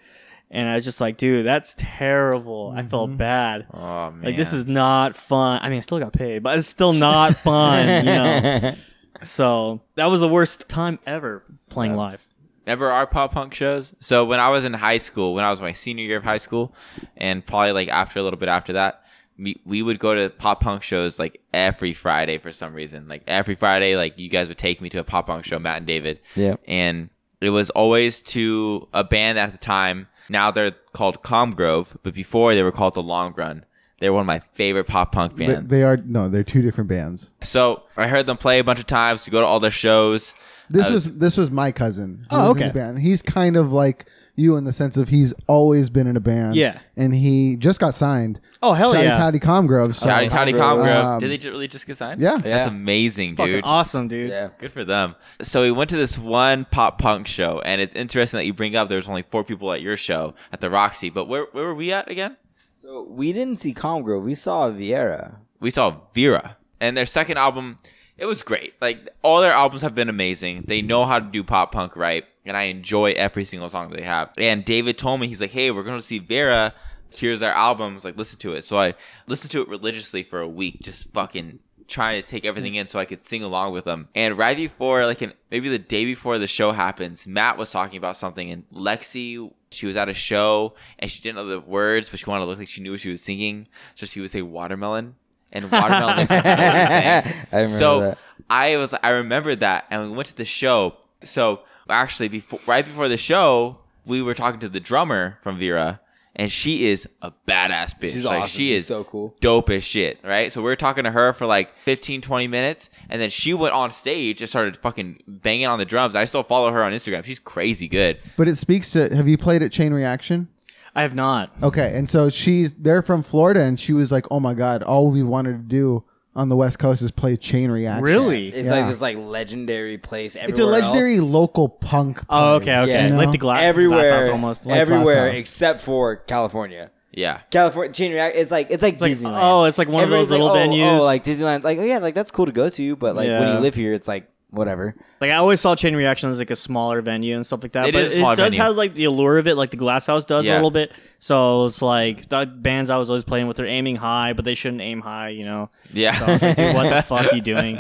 S2: and I was just like, "Dude, that's terrible." I felt bad.
S1: Oh man.
S2: Like, this is not fun. I mean, I still got paid, but it's still not fun, you know. So that was the worst time ever playing live.
S1: Remember our pop punk shows? So when I was in high school, when I was my senior year of high school, and probably like after a little bit after that, we, we would go to pop punk shows like every Friday for some reason. Like every Friday, like you guys would take me to a pop punk show, Matt and David.
S3: Yeah.
S1: And it was always to a band at the time. Now they're called Calm Grove, but before they were called The Long Run. They were one of my favorite pop punk
S4: They,
S1: bands.
S4: they are no, they're two different bands.
S1: so I heard them play a bunch of times. We go to all their shows.
S4: This
S1: Uh,
S4: was this was my cousin. who
S2: Oh,
S4: was in
S2: okay.
S4: the band. He's kind of like you in the sense of he's always been in a band.
S2: Yeah.
S4: and he just got signed.
S2: Oh, hell
S4: Shouty
S2: yeah.
S4: Toddy Comgrove. So,
S1: Shouty Toddy Calm
S4: Grove.
S1: Grove.
S4: Um,
S1: Did they ju- really just get signed?
S4: yeah.
S1: That's
S3: Yeah.
S1: amazing, dude.
S2: Fucking awesome, dude.
S3: Yeah.
S1: Good for them. So we went to this one pop punk show, and it's interesting that you bring up there's only four people at your show at the Roxy. But where where were we at again?
S3: So we didn't see Calm Grove. We saw Vieira.
S1: We saw Vera, and their second album, it was great. Like all their albums have been amazing. They know how to do pop punk right, and I enjoy every single song they have. And David told me he's like, "Hey, we're gonna see Vera. Here's our album. I was like, listen to it." So I listened to it religiously for a week, just fucking trying to take everything in so I could sing along with them. And right before, like, an, maybe the day before the show happens, Matt was talking about something, and Lexi, she was at a show and she didn't know the words, but she wanted to look like she knew what she was singing. So she would say watermelon. And watermelon. makes her mouth
S3: I
S1: sing.
S3: remember
S1: so
S3: that.
S1: I was, I remembered that, and we went to the show. So actually, before right before the show, we were talking to the drummer from Vera, and she is a badass bitch.
S3: She's
S1: like
S3: awesome.
S1: she
S3: She's
S1: is
S3: so cool.
S1: dope as shit, right? So we were talking to her for like 15, 20 minutes, and then she went on stage and started fucking banging on the drums. I still follow her on Instagram. She's crazy good.
S4: But it speaks to. Have you played at Chain Reaction?
S2: I have not.
S4: Okay, and so she's they're from Florida, and she was like, "Oh my god, all we wanted to do on the West Coast is play Chain Reaction."
S2: Really?
S3: It's like
S4: Yeah.
S3: this like legendary place.
S4: It's a
S3: Everywhere
S4: legendary
S3: else.
S4: local punk.
S2: Oh,
S4: place,
S2: okay, okay.
S4: you know?
S2: Like the glass,
S3: everywhere,
S2: glass house almost. Like,
S3: everywhere
S4: House.
S3: except for California.
S1: Yeah.
S3: California chain react. It's like it's like
S2: like,
S3: Disneyland.
S2: oh, it's like one of those
S3: Everybody's
S2: little
S3: like, oh,
S2: venues.
S3: Oh, like Disneyland's like oh yeah, like that's cool to go to, but like when
S2: Yeah.
S3: you live here, it's like whatever.
S2: Like I always saw Chain Reaction as like a smaller venue and stuff like that.
S1: It
S2: but
S1: is a
S2: it
S1: smaller
S2: does
S1: venue.
S2: have like the allure of it, like the Glass House does
S1: Yeah.
S2: a little bit. So it's like the bands I was always playing with, they're aiming high, but they shouldn't aim high, you know.
S1: Yeah.
S2: So I was like, dude, what the fuck you doing?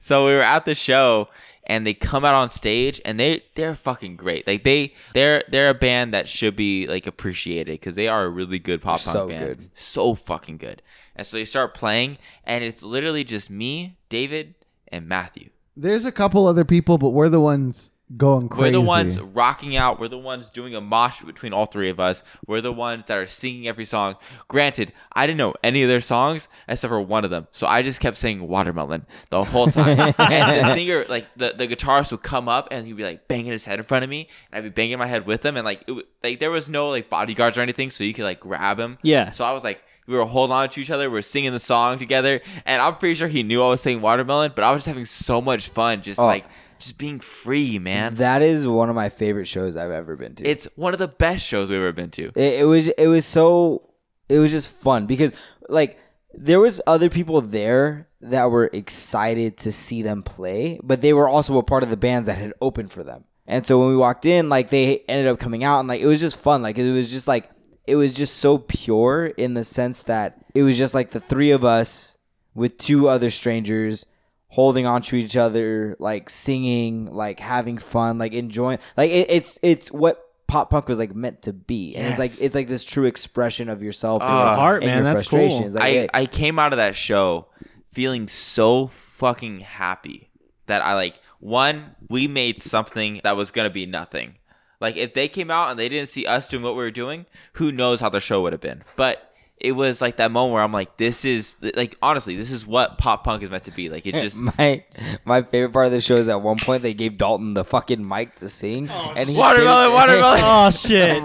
S1: so we were at the show and they come out on stage and they they're fucking great. Like they they're they're a band that should be like appreciated because they are a really good pop punk
S3: So
S1: band.
S3: good.
S1: So fucking good. And so they start playing and it's literally just me, David, and Matthew.
S4: There's a couple other people, but we're the ones going crazy.
S1: We're the ones rocking out. We're the ones doing a mosh between all three of us. We're the ones that are singing every song. Granted, I didn't know any of their songs except for one of them. So I just kept saying watermelon the whole time. and the singer, like the, the guitarist would come up and he'd be like banging his head in front of me. And I'd be banging my head with him. And like, it, wa- like there was no like bodyguards or anything. So you could like grab him.
S2: Yeah.
S1: So I was like, we were holding on to each other. We were singing the song together. And I'm pretty sure he knew I was saying watermelon, but I was just having so much fun. Just
S3: Oh.
S1: like, just being free, man.
S3: That is one of my favorite shows I've ever been to.
S1: It's one of the best shows we've ever been to.
S3: it, it was it was so it was just fun because like there was other people there that were excited to see them play but they were also a part of the bands that had opened for them and so when we walked in like they ended up coming out and like it was just fun like it was just like it was just so pure in the sense that it was just like the three of us with two other strangers holding on to each other, like singing, like having fun, like enjoying. Like it, it's it's what pop punk was like meant to be, and it's
S2: Yes.
S3: like it's like this true expression of yourself and,
S1: Ah.
S3: your-
S2: Art,
S3: and
S2: man,
S3: your
S2: that's cool.
S3: frustrations. Like,
S1: I,
S3: it-
S1: I came out of that show feeling so fucking happy that I like one, we made something that was gonna be nothing. Like if they came out and they didn't see us doing what we were doing, who knows how the show would have been. But it was like that moment where I'm like, this is like honestly, this is what pop punk is meant to be. Like it just
S3: my my favorite part of the show is at one point they gave Dalton the fucking mic to sing, and he
S1: Oh, watermelon,
S3: didn't-
S1: watermelon.
S2: Oh shit.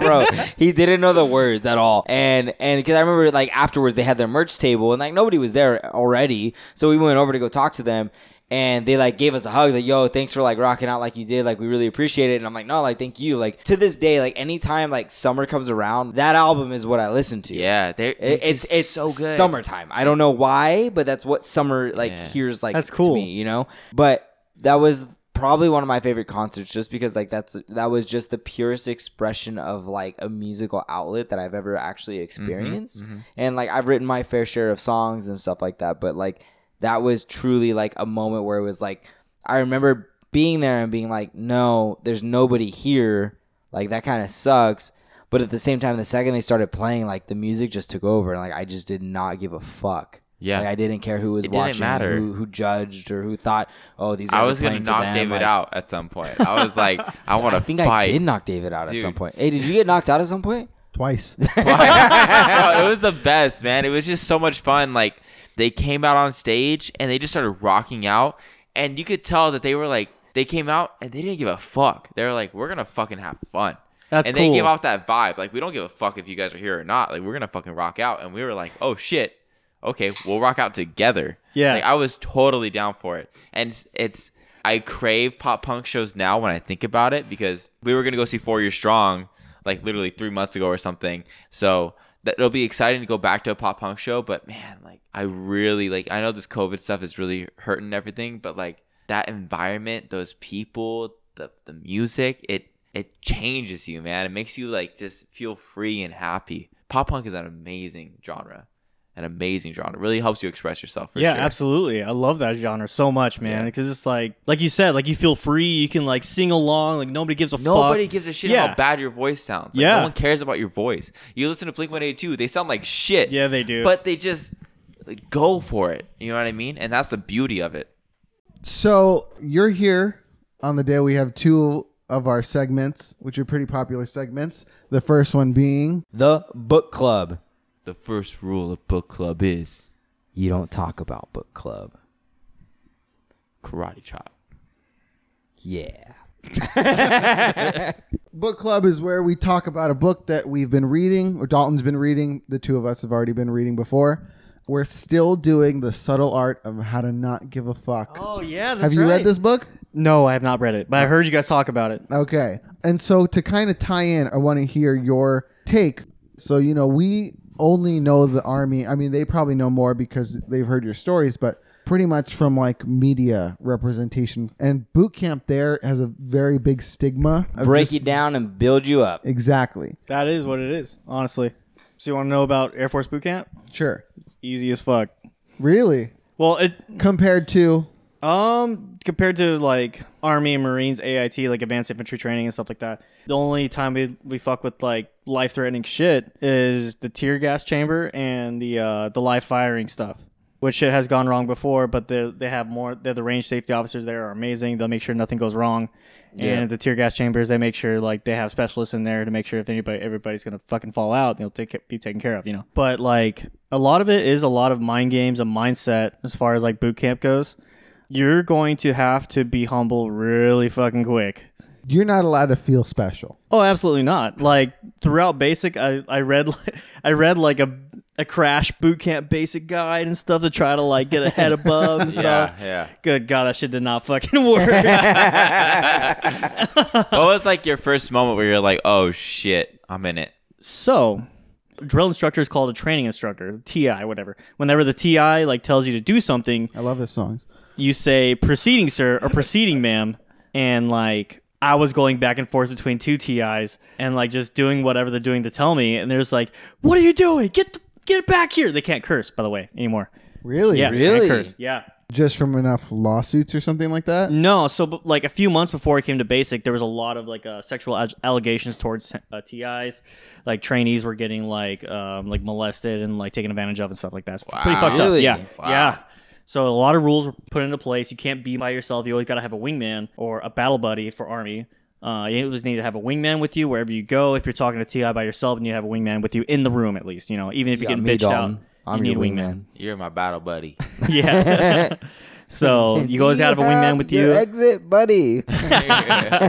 S3: bro. He didn't know the words at all, and and because I remember like afterwards they had their merch table and like nobody was there already, so we went over to go talk to them, and they like gave us a hug like yo thanks for like rocking out like you did like we really appreciate it, and I'm like no like thank you like to this day like anytime like summer comes around that album is what I listen to
S1: Yeah, they're, they're
S3: It- it's
S1: just
S3: it's
S1: so good.
S3: summertime. I don't know why, but that's what summer like
S1: Yeah.
S3: hears like
S2: That's
S3: to
S2: cool.
S3: me, you know. But that was probably one of my favorite concerts, just because like that's that was just the purest expression of like a musical outlet that I've ever actually experienced. And like I've written my fair share of songs and stuff like that, but like that was truly like a moment where it was like I remember being there and being like, no, there's nobody here. Like that kind of sucks. But at the same time, the second they started playing, like the music just took over, and like I just did not give a fuck.
S1: Yeah.
S3: like, I didn't care who was
S1: It didn't
S3: watching,
S1: matter.
S3: Who, who judged, or who thought, oh, these. Guys
S1: I was
S3: are
S1: gonna
S3: playing
S1: knock
S3: for them.
S1: David
S3: like,
S1: out at some point. I was like, I want to
S3: I think
S1: fight.
S3: I did knock David out at some
S1: Dude.
S3: point. Hey, did you get knocked out at some point?
S4: twice.
S1: Wow, it was the best, man. It was just so much fun. Like they came out on stage and they just started rocking out, and you could tell that they were like they came out and they didn't give a fuck. They were like, we're gonna fucking have fun.
S2: That's
S1: and
S2: cool.
S1: they give off that vibe. Like we don't give a fuck if you guys are here or not. Like we're gonna fucking rock out. And we were like, oh shit, okay, we'll rock out together.
S2: Yeah.
S1: Like I was totally down for it. And it's, it's I crave pop punk shows now when I think about it because we were gonna go see Four Years Strong like literally three months ago or something. So that it'll be exciting to go back to a pop punk show. But man, like I really like I know this COVID stuff is really hurting everything, but like that environment, those people, the the music, it it changes you, man. It makes you like just feel free and happy. Pop punk is an amazing genre. An amazing genre. It really helps you express yourself for
S2: yeah,
S1: sure.
S2: absolutely. I love that genre so much, man.
S1: Yeah.
S2: Because it's like, like you said, like you feel free. You can like sing along. Like nobody gives a
S1: Nobody
S2: fuck.
S1: gives a shit
S2: Yeah.
S1: how bad your voice sounds. Like,
S2: Yeah.
S1: No one cares about your voice. You listen to Blink 182, they sound like shit.
S2: Yeah, they do.
S1: But they just like, go for it. You know what I mean? And that's the beauty of it.
S4: So you're here on the day we have two of our segments, which are pretty popular segments. The first one being
S3: The book club.
S1: The first rule of book club is
S3: You don't talk about book club.
S1: karate chop.
S3: Yeah.
S4: book club is where we talk about a book that we've been reading or Dalton's been reading. The two of us have already been reading before. We're still doing the subtle art of how to not give a fuck.
S2: oh yeah, that's
S4: have you read
S2: right.
S4: this book?
S2: No, I have not read it, but I heard you guys talk about it.
S4: Okay. And so to kind of tie in, I want to hear your take. So, you know, we only know the army. I mean, they probably know more because they've heard your stories, but pretty much from like media representation. And boot camp there has a very big stigma. Of
S3: Break
S4: just-
S3: you down and build you up.
S4: Exactly.
S2: That is what it is, honestly. So you want to know about Air Force Boot Camp?
S4: Sure.
S2: Easy as fuck.
S4: Really?
S2: Well, it
S4: Compared to.
S2: Um, compared to like Army and Marines, AIT, like advanced infantry training and stuff like that, the only time we, we fuck with like life threatening shit is the tear gas chamber and the uh, the live firing stuff, which shit has gone wrong before. But they they have more. They're the range safety officers there are amazing. They'll make sure nothing goes wrong. And at the tear gas chambers, they make sure like they have specialists in there to make sure if anybody everybody's gonna fucking fall out, they'll take be taken care of, you know. But like a lot of it is a lot of mind games and mindset as far as like boot camp goes you're going to have to be humble really fucking quick.
S4: You're not allowed to feel special.
S2: Oh, absolutely not. Like throughout basic, I, I read I read like a a crash boot camp basic guide and stuff to try to like get ahead above and stuff.
S1: yeah.
S2: Good God, that shit did not fucking work.
S1: what was like your first moment where you're like, oh shit, I'm in it?
S2: so drill instructor is called a training instructor, TI, whatever. Whenever the TI like tells you to do something,
S4: I love his songs.
S2: you say proceeding sir or proceeding ma'am and like i was going back and forth between two tis and like just doing whatever they're doing to tell me and there's like what are you doing get the, get back here they can't curse by the way anymore
S4: Really?
S2: yeah they can't
S3: Really?
S2: curse. yeah
S4: Just from enough lawsuits or something like that?
S2: no so but, like a few months before i came to basic there was a lot of like uh, sexual ag- allegations towards uh, tis like trainees were getting like um like molested and like taken advantage of and stuff like that it's pretty fucked
S3: Really?
S2: up yeah yeah so a lot of rules were put into place you can't be by yourself you always got to have a wingman or a battle buddy for army Uh, you always need to have a wingman with you wherever you go. If you're talking to Ti by yourself, and you have a wingman with you in the room at least, you know, even if you're
S3: Yeah,
S2: getting
S3: me,
S2: bitched out,
S3: Dalton. I'm
S2: you
S3: your
S2: need a
S3: wingman.
S1: You're my battle buddy.
S2: yeah. so you always have a wingman with
S3: your
S2: you.
S3: Exit, buddy.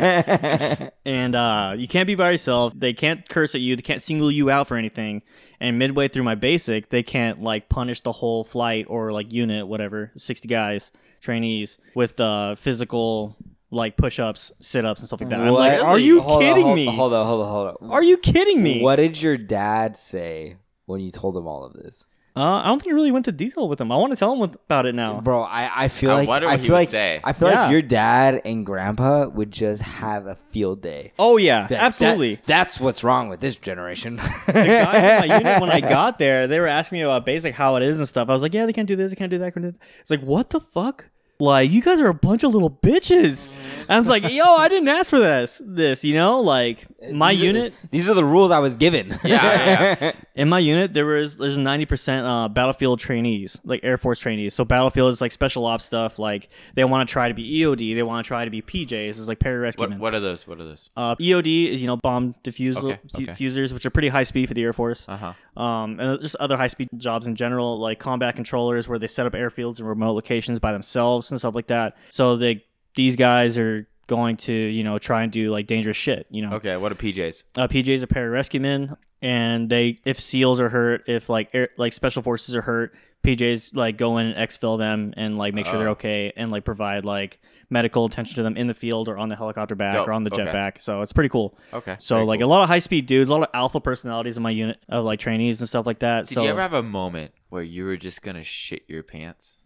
S2: and uh, you can't be by yourself. They can't curse at you. They can't single you out for anything. And midway through my basic, they can't like punish the whole flight or like unit, whatever, sixty guys, trainees with uh, physical like push-ups, sit-ups, and stuff like that. I'm like,
S3: What?
S2: are you
S3: Hold on,
S2: kidding
S3: hold-
S2: me?
S3: Hold on, hold on, hold on.
S2: Are you kidding me?
S3: What did your dad say when you told him all of this,
S2: Uh, I don't think I really went to detail with them. I want to tell them with, about it now.
S3: bro? I, I feel
S1: I
S3: like
S1: wonder what
S3: I
S1: he
S3: feel
S1: would
S3: like
S1: say.
S3: I feel
S2: Yeah.
S3: like your dad and grandpa would just have a field day.
S2: Oh yeah,
S3: That-
S2: absolutely.
S3: that- that's what's wrong with this generation.
S2: guys in my unit when I got there, they were asking me about basic how it is and stuff. I was like, yeah, they can't do this, they can't do that. can't do that." It's like, what the fuck? Like, you guys are a bunch of little bitches. And I was like, yo, I didn't ask for this. This, you know, like my
S3: These are-
S2: unit.
S3: These are the rules I was given.
S1: Yeah, yeah.
S2: In my unit, there was there's 90% uh, battlefield trainees, like Air Force trainees. So battlefield is like special ops stuff. Like they want to try to be EOD, they want to try to be PJs. It's like pararescue.
S1: What
S2: men.
S1: what are those? What are those?
S2: Uh, EOD is you know bomb diffuse
S1: Okay, okay.
S2: diffusers, which are pretty high speed for the Air Force.
S1: Uh-huh.
S2: Um, and just other high speed jobs in general, like combat controllers, where they set up airfields in remote locations by themselves and stuff like that. So they these guys are going to you know try and do like dangerous shit. You know,
S1: Okay, what are PJs?
S2: uh, PJs are pararescue men, and they if SEALs are hurt, if like air, like special forces are hurt, PJs like go in and exfil them and like make sure they're
S1: Oh.
S2: okay and like provide like medical attention to them in the field or on the helicopter back
S1: Dope.
S2: or on the
S1: Okay.
S2: jetpack. So it's pretty cool.
S1: Okay.
S2: So
S1: very
S2: like
S1: cool.
S2: a lot of high speed dudes, a lot of alpha personalities in my unit of like trainees and stuff like that.
S1: did
S2: so
S1: you ever have a moment where you were just gonna shit your pants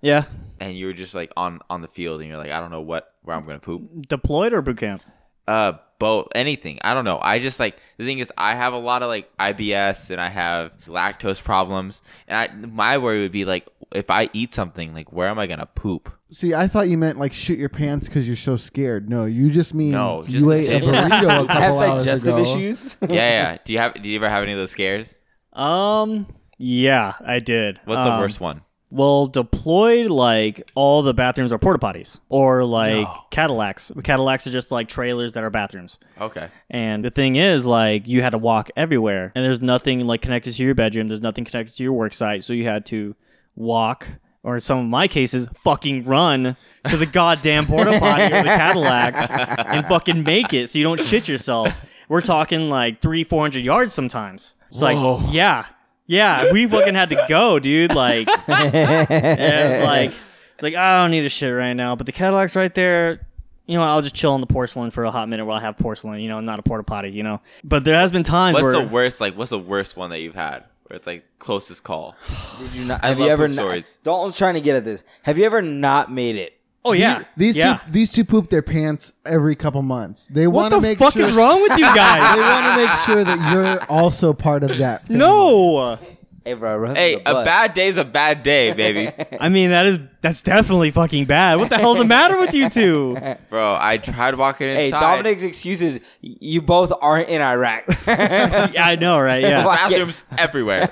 S2: yeah,
S1: and you were just like on on the field and you're like, I don't know what where I'm gonna poop.
S2: deployed or boot camp.
S1: uh both anything i don't know i just like the thing is i have a lot of like ibs and i have lactose problems and i my worry would be like if i eat something like where am i gonna poop
S4: See, I thought you meant like shoot your pants because you're so scared. No, you just mean
S1: No, just
S4: you ate a
S1: legit-
S4: burrito a
S3: I have
S4: couple hours
S3: digestive
S4: ago.
S3: issues.
S1: yeah yeah do you have do you ever have any of those scares
S2: Um, yeah, I did.
S1: what's
S2: Um,
S1: the worst one
S2: Well, deployed like all the bathrooms are porta potties or like Cadillacs. Cadillacs are just like trailers that are bathrooms.
S1: okay
S2: And the thing is, like, you had to walk everywhere, and there's nothing like connected to your bedroom. There's nothing connected to your work site, so you had to walk, or in some of my cases, fucking run to the goddamn porta potty or the Cadillac and fucking make it, so you don't shit yourself. We're talking like three, four hundred yards sometimes. It's
S1: Whoa.
S2: like, yeah, yeah, we fucking had to go, dude. Like, and it's like it's like I don't need a shit right now, but the Cadillac's right there. You know, I'll just chill on the porcelain for a hot minute while I have porcelain. You know, not a porta potty. You know, but there has been times
S1: what's
S2: where
S1: the worst like what's the worst one that you've had where it's like closest call
S3: Did you not?
S1: I
S3: Have you
S1: love
S3: ever?
S1: poop
S3: not-
S1: stories.
S3: Dalton's trying to get at this. Have you ever not made it?
S2: oh yeah
S4: These
S2: yeah.
S4: two, these two poop their pants every couple months. They
S2: what
S4: want to
S2: the
S4: make
S2: fuck
S4: sure
S2: is wrong with you
S4: they
S2: guys?
S4: want to make sure that you're also part of that. family.
S2: no,
S3: Hey, bro, run
S1: hey
S3: the
S1: a
S3: blood.
S1: bad day's a bad day baby
S2: I mean that is that's definitely fucking bad. What the hell's the matter with you two?
S1: bro i tried walking inside
S3: Hey, Dominic's excuses. You both aren't in Iraq.
S2: Yeah, I know, right? Yeah,
S1: bathrooms everywhere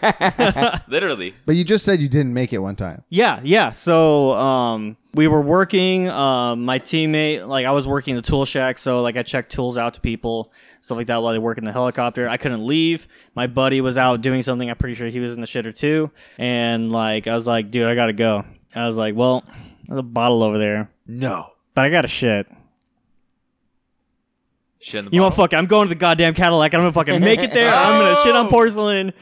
S1: literally
S4: But you just said you didn't make it one time.
S2: Yeah, yeah. So um, we were working. Um, my teammate, like I was working the tool shack, so like I checked tools out to people, stuff like that, while they work in the helicopter. I couldn't leave. My buddy was out doing something. I'm pretty sure he was in the shitter too. And like I was like, dude, I gotta go. I was like, well, there's a bottle over there,
S1: no
S2: but I gotta shit.
S1: shit in the
S2: You know what?
S1: bottle.
S2: Fuck it. I'm going to the goddamn Cadillac. I'm gonna fucking make it there. I'm gonna shit
S1: Oh!
S2: on porcelain.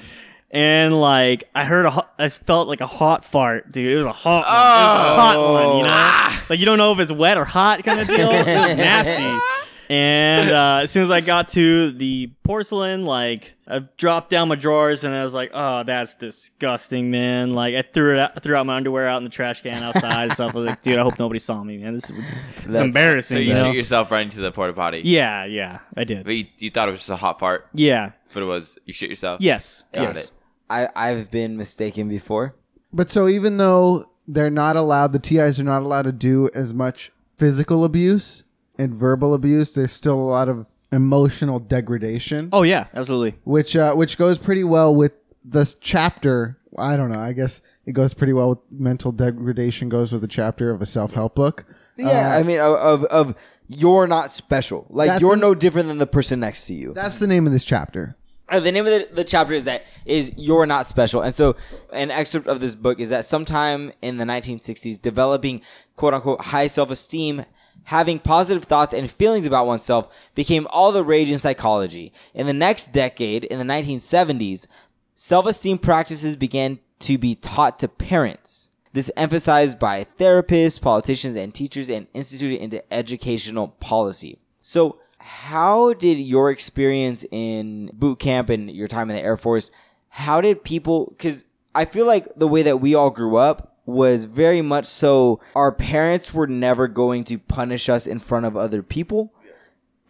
S2: And like I heard a, ho- I felt like a hot fart, dude. It was a hot,
S1: Oh!
S2: one. It was a hot one. You know,
S1: Ah!
S2: like you don't know if it's wet or hot kind of deal. It was nasty. And uh, as soon as I got to the porcelain, like I dropped down my drawers and I was like, "Oh, that's disgusting, man!" Like I threw it, out, threw out my underwear out in the trash can outside and stuff. I was like, "Dude, I hope nobody saw me, man. This is, this is embarrassing."
S1: so you
S2: you know?
S1: shoot yourself right into the porta potty
S2: yeah, yeah, I did.
S1: but you, you thought it was just a hot fart
S2: Yeah.
S1: but it was you shit yourself
S2: Yes.
S1: Got
S2: yes.
S1: it.
S3: I, I've been mistaken before.
S4: But so even though they're not allowed, the TIs are not allowed to do as much physical abuse and verbal abuse. There's still a lot of emotional degradation,
S2: Oh yeah, absolutely.
S4: which uh, which goes pretty well with this chapter. I don't know. I guess it goes pretty well with mental degradation. Goes with the chapter of a self help book. Uh,
S3: Yeah, I mean, Uh, of, of of you're not special. Like
S4: That's
S3: you're
S4: an-
S3: no different than the person next to you.
S4: That's the name of this chapter.
S3: Uh, the name of the, the chapter is that is you're not special and so an excerpt of this book is that sometime in the 1960s developing quote unquote high self-esteem having positive thoughts and feelings about oneself became all the rage in psychology in the next decade in the 1970s self-esteem practices began to be taught to parents this emphasized by therapists politicians and teachers and instituted into educational policy so how did your experience in boot camp and your time in the Air Force, how did people, because I feel like the way that we all grew up was very much so our parents were never going to punish us in front of other people.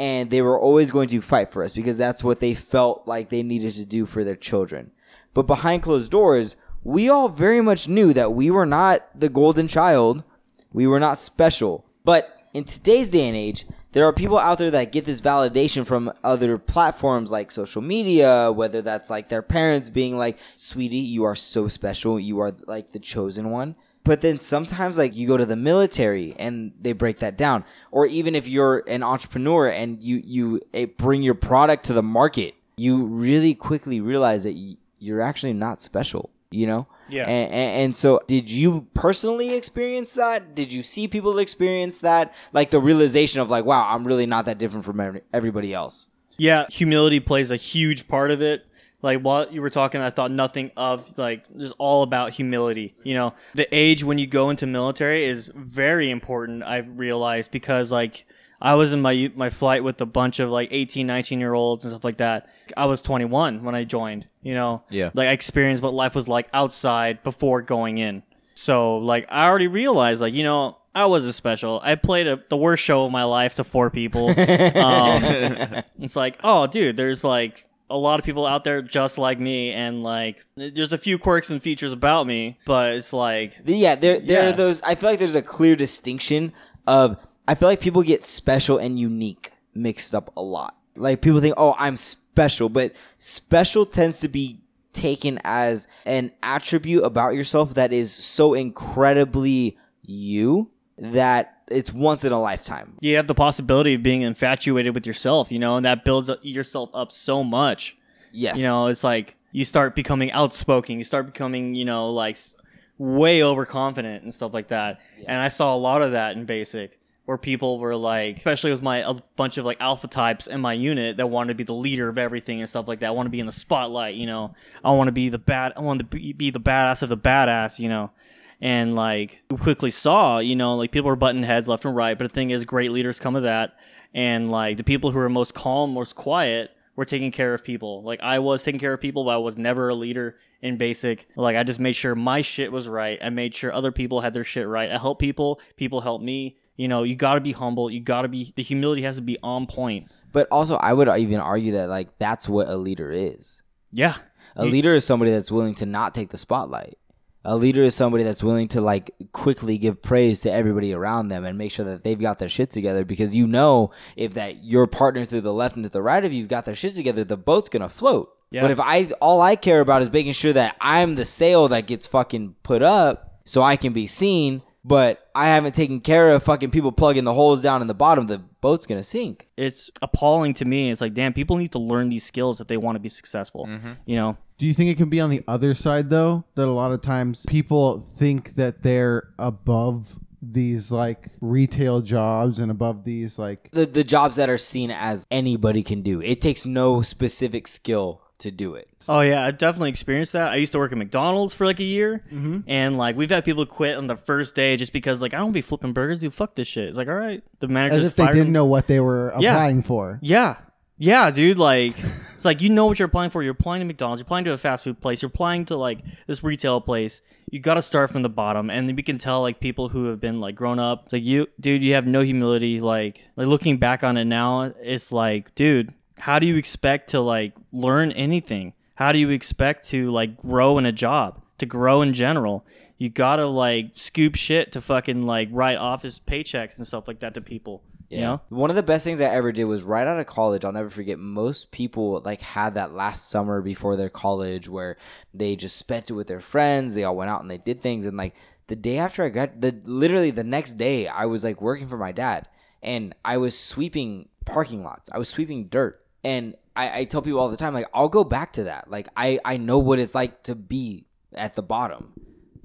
S3: And they were always going to fight for us because that's what they felt like they needed to do for their children. But behind closed doors, we all very much knew that we were not the golden child. We were not special. But in today's day and age, there are people out there that get this validation from other platforms like social media, whether that's like their parents being like, sweetie, you are so special. You are like the chosen one. But then sometimes, like, you go to the military and they break that down. Or even if you're an entrepreneur and you, you eh, bring your product to the market, you really quickly realize that y- you're actually not special, you know?
S2: Yeah.
S3: And, and, and so, did you personally experience that? Did you see people experience that? Like the realization of, like, wow, I'm really not that different from every- everybody else.
S2: Yeah, humility plays a huge part of it. Like while you were talking, I thought nothing of like just all about humility. You know, the age when you go into military is very important. I realized because like I was in my my flight with a bunch of like 18, 19 year olds and stuff like that. I was 21 when I joined. You know,
S1: Yeah.
S2: like I experienced what life was like outside before going in. So like I already realized like you know I was a special. I played a, the worst show of my life to four people. um, it's like, oh, dude, there's like a lot of people out there just like me, and like, there's a few quirks and features about me, but it's like,
S3: Th- Yeah, there, there
S2: Yeah.
S3: are those. I feel like there's a clear distinction of, I feel like people get special and unique mixed up a lot. Like people think, oh, I'm special, but special tends to be taken as an attribute about yourself that is so incredibly you that it's once in a lifetime.
S2: you have the possibility of being infatuated with yourself, you know, and that builds up- yourself up so much.
S3: Yes.
S2: You know, it's like you start becoming outspoken, you start becoming, you know, like s- way overconfident and stuff like that. And I saw a lot of that in basic. Where people were like, especially with my a bunch of like alpha types in my unit that wanted to be the leader of everything and stuff like that. I want to be in the spotlight, you know. I want to be the bad. I want to be, be the badass of the badass, you know. And like we quickly saw, you know, like people were butting heads left and right. But the thing is, great leaders come of that. And like the people who are most calm, most quiet, were taking care of people. Like I was taking care of people, but I was never a leader in basic. Like I just made sure my shit was right. I made sure other people had their shit right. I helped people. People helped me. You know, you gotta be humble. You gotta be. The humility has to be on point.
S3: But also, I would even argue that like that's what a leader is.
S2: Yeah.
S3: A leader is somebody that's willing to not take the spotlight. A leader is somebody that's willing to like quickly give praise to everybody around them and make sure that they've got their shit together because you know if that your partners to the left and to the right of you've got their shit together, the boat's gonna float.
S2: Yeah.
S3: But if I all I care about is making sure that I'm the sail that gets fucking put up so I can be seen, but I haven't taken care of fucking people plugging the holes down in the bottom, the boat's gonna sink.
S2: It's appalling to me. It's like, damn, people need to learn these skills if they want to be successful. You know,
S4: Do you think it can be on the other side though? That a lot of times people think that they're above these like retail jobs and above these like
S3: the, the jobs that are seen as anybody can do. It takes no specific skill to do it.
S2: Oh yeah, I definitely experienced that. I used to work at McDonald's for like a year,
S4: Mm-hmm.
S2: and like we've had people quit on the first day just because like I don't be flipping burgers, dude. Fuck this shit. It's like all right, the manager
S4: as
S2: just
S4: if they
S2: fired
S4: didn't
S2: them.
S4: know what they were
S2: Yeah.
S4: applying for.
S2: Yeah, yeah, dude. Like it's like you know what you're applying for. You're applying to McDonald's. You're applying to a fast food place. You're applying to like this retail place. You got to start from the bottom, and then we can tell like people who have been like grown up. It's like you, dude, you have no humility. Like like looking back on it now, it's like, dude, how do you expect to like learn anything? How do you expect to like grow in a job? To grow in general, you gotta like scoop shit to fucking like write office paychecks and stuff like that to people. You know,
S3: One of the best things I ever did was right out of college. I'll never forget. Most people like had that last summer before their college where they just spent it with their friends. They all went out and they did things. And like the day after I got the literally the next day, I was like working for my dad. and I was sweeping parking lots. I was sweeping dirt. And I, I tell people all the time, like, I'll go back to that. Like, I, I know what it's like to be at the bottom.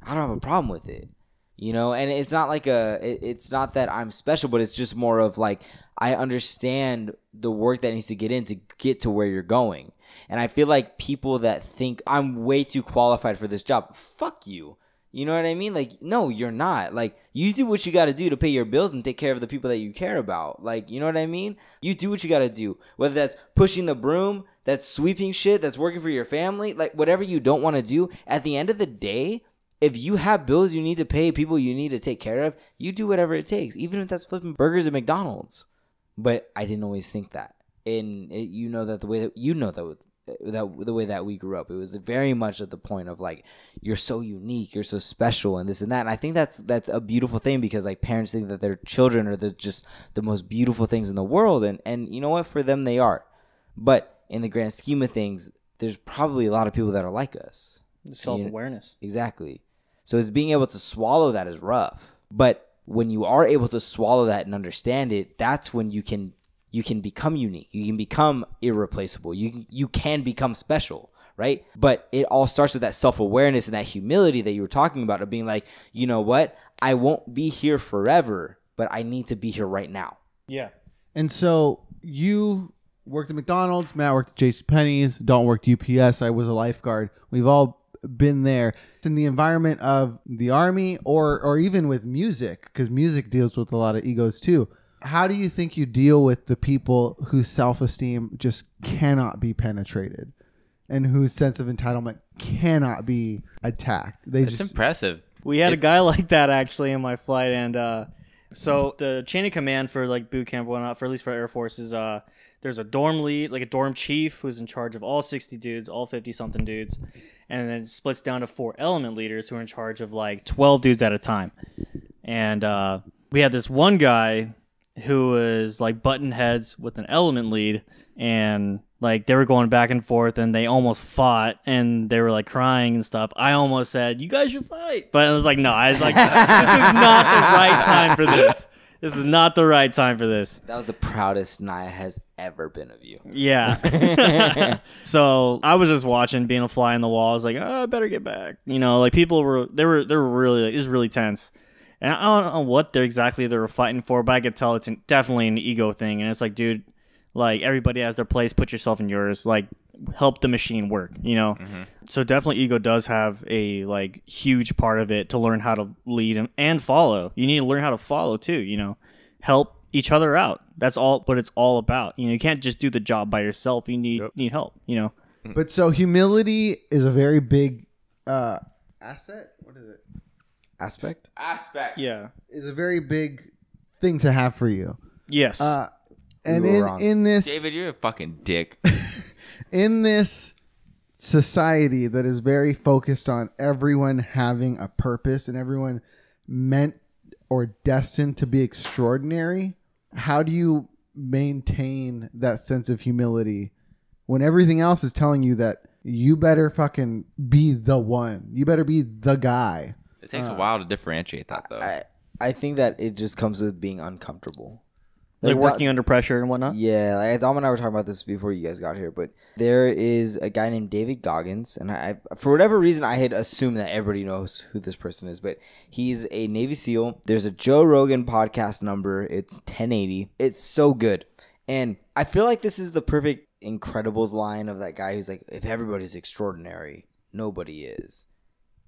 S3: I don't have a problem with it. You know, and it's not like a, it- it's not that I'm special, but it's just more of like, I understand the work that needs to get in to get to where you're going. And I feel like people that think I'm way too qualified for this job, fuck you. You know what I mean? Like, no, you're not. Like, you do what you got to do to pay your bills and take care of the people that you care about. Like, you know what I mean? You do what you got to do. Whether that's pushing the broom, that's sweeping shit, that's working for your family, like, whatever you don't want to do, at the end of the day, if you have bills you need to pay, people you need to take care of, you do whatever it takes, even if that's flipping burgers at McDonald's. But I didn't always think that. And it, you know that the way that you know that with that the way that we grew up, it was very much at the point of like you're so unique, you're so special, and this and that. And I think that's that's a beautiful thing because like parents think that their children are the just the most beautiful things in the world, and and you know what? For them, they are. But in the grand scheme of things, there's probably a lot of people that are like us.
S2: Self awareness.
S3: Exactly. So it's being able to swallow that is rough. But when you are able to swallow that and understand it, that's when you can you can become unique. You can become irreplaceable. You you can become special, right? But it all starts with that self-awareness and that humility that you were talking about of being like, you know what? I won't be here forever, but I need to be here right now.
S2: Yeah.
S4: And so you worked at McDonald's, Matt worked at JCPenney's, Dalton worked UPS, I was a lifeguard. We've all been there. It's in the environment of the army or or even with music, because music deals with a lot of egos too. How do you think you deal with the people whose self esteem just cannot be penetrated? And whose sense of entitlement cannot be attacked. They
S1: It's
S4: just
S1: impressive.
S2: We had a
S1: It's-
S2: guy like that actually in my flight, and uh, so the chain of command for like boot camp, and whatnot, for at least for Air Force, is uh, there's a dorm lead, like a dorm chief, who's in charge of all 60 dudes, all 50 something dudes, and then it splits down to four element leaders who are in charge of like 12 dudes at a time. And uh, we had this one guy who was like button heads with an element lead and like they were going back and forth and they almost fought and they were like crying and stuff. I almost said, You guys should fight. But I was like, No, I was like, This is not the right time for this. This is not the right time for this.
S3: That was the proudest Naya has ever been of you.
S2: Yeah. so I was just watching, being a fly on the wall. I was like, oh, I better get back. You know, like people were, they were, they were really, it was really tense. And I don't know what they're exactly they were fighting for, but I could tell it's an, definitely an ego thing. And it's like, dude, like everybody has their place. Put yourself in yours. Like help the machine work. You know. So definitely, ego does have a like huge part of it to learn how to lead and, and follow. You need to learn how to follow too. You know, help each other out. That's all what it's all about. You know, you can't just do the job by yourself. You need need help. You know.
S4: But so humility is a very big uh asset. What is it?
S3: Aspect?
S1: Aspect.
S2: Yeah.
S4: Is a very big thing to have for you.
S2: Yes.
S4: Uh and
S3: were
S4: in,
S3: wrong.
S4: in this
S1: David, you're a fucking dick.
S4: in this society that is very focused on everyone having a purpose and everyone meant or destined to be extraordinary, how do you maintain that sense of humility when everything else is telling you that you better fucking be the one. You better be the guy.
S1: It takes a while to differentiate that though.
S3: Uh, I I think that it just comes with being uncomfortable.
S2: like
S3: that-
S2: working under pressure and whatnot.
S3: Yeah, like Dom and I were talking about this before you guys got here, but there is a guy named David Goggins, and I, for whatever reason, I had assumed that everybody knows who this person is, but he's a Navy SEAL. There's a Joe Rogan podcast number. It's 1080. It's so good, and I feel like this is the perfect Incredibles line of that guy who's like, if everybody's extraordinary, nobody is.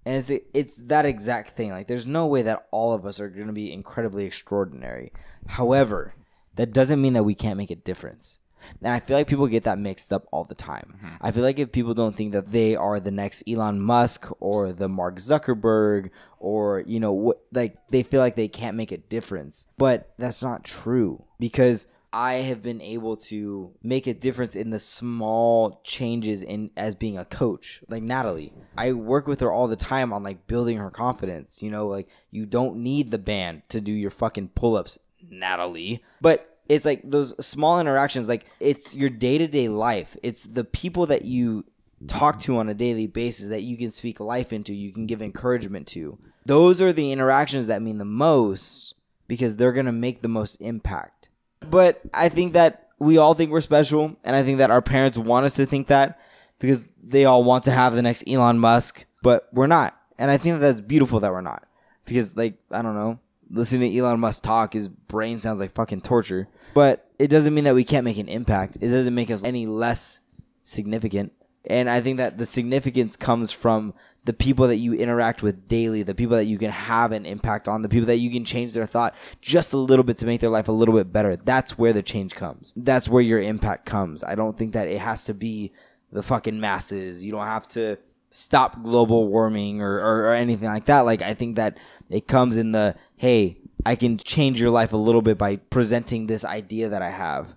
S3: And it's, it's that exact thing. Like, there's no way that all of us are going to be incredibly extraordinary. However, that doesn't mean that we can't make a difference. And I feel like people get that mixed up all the time. I feel like if people don't think that they are the next Elon Musk or the Mark Zuckerberg or, you know, what, like they feel like they can't make a difference. But that's not true because I have been able to make a difference in the small changes in as being a coach. Like Natalie, I work with her all the time on like building her confidence. You know, like you don't need the band to do your fucking pull-ups, Natalie. But it's like those small interactions like it's your day-to-day life. It's the people that you talk to on a daily basis that you can speak life into, you can give encouragement to. Those are the interactions that mean the most because they're going to make the most impact. But I think that we all think we're special. And I think that our parents want us to think that because they all want to have the next Elon Musk, but we're not. And I think that that's beautiful that we're not because, like, I don't know, listening to Elon Musk talk, his brain sounds like fucking torture. But it doesn't mean that we can't make an impact. It doesn't make us any less significant. And I think that the significance comes from the people that you interact with daily, the people that you can have an impact on, the people that you can change their thought just a little bit to make their life a little bit better. That's where the change comes. That's where your impact comes. I don't think that it has to be the fucking masses. You don't have to stop global warming or, or, or anything like that. Like, I think that it comes in the hey, I can change your life a little bit by presenting this idea that I have.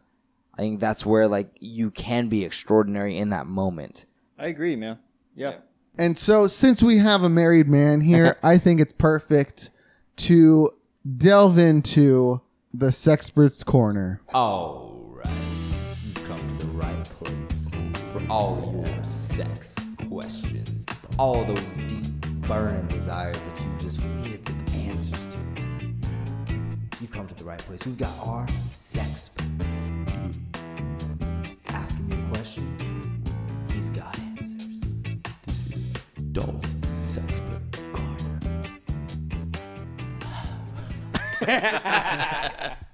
S3: I think that's where like you can be extraordinary in that moment.
S2: I agree, man. Yeah.
S4: And so, since we have a married man here, I think it's perfect to delve into the Sexperts Corner.
S5: All right, you come to the right place for all your sex questions, all those deep burning desires that you just needed the answers to. You've come to the right place. We've got our sex. Asking me a question, he's got answers. Dolls sex corner.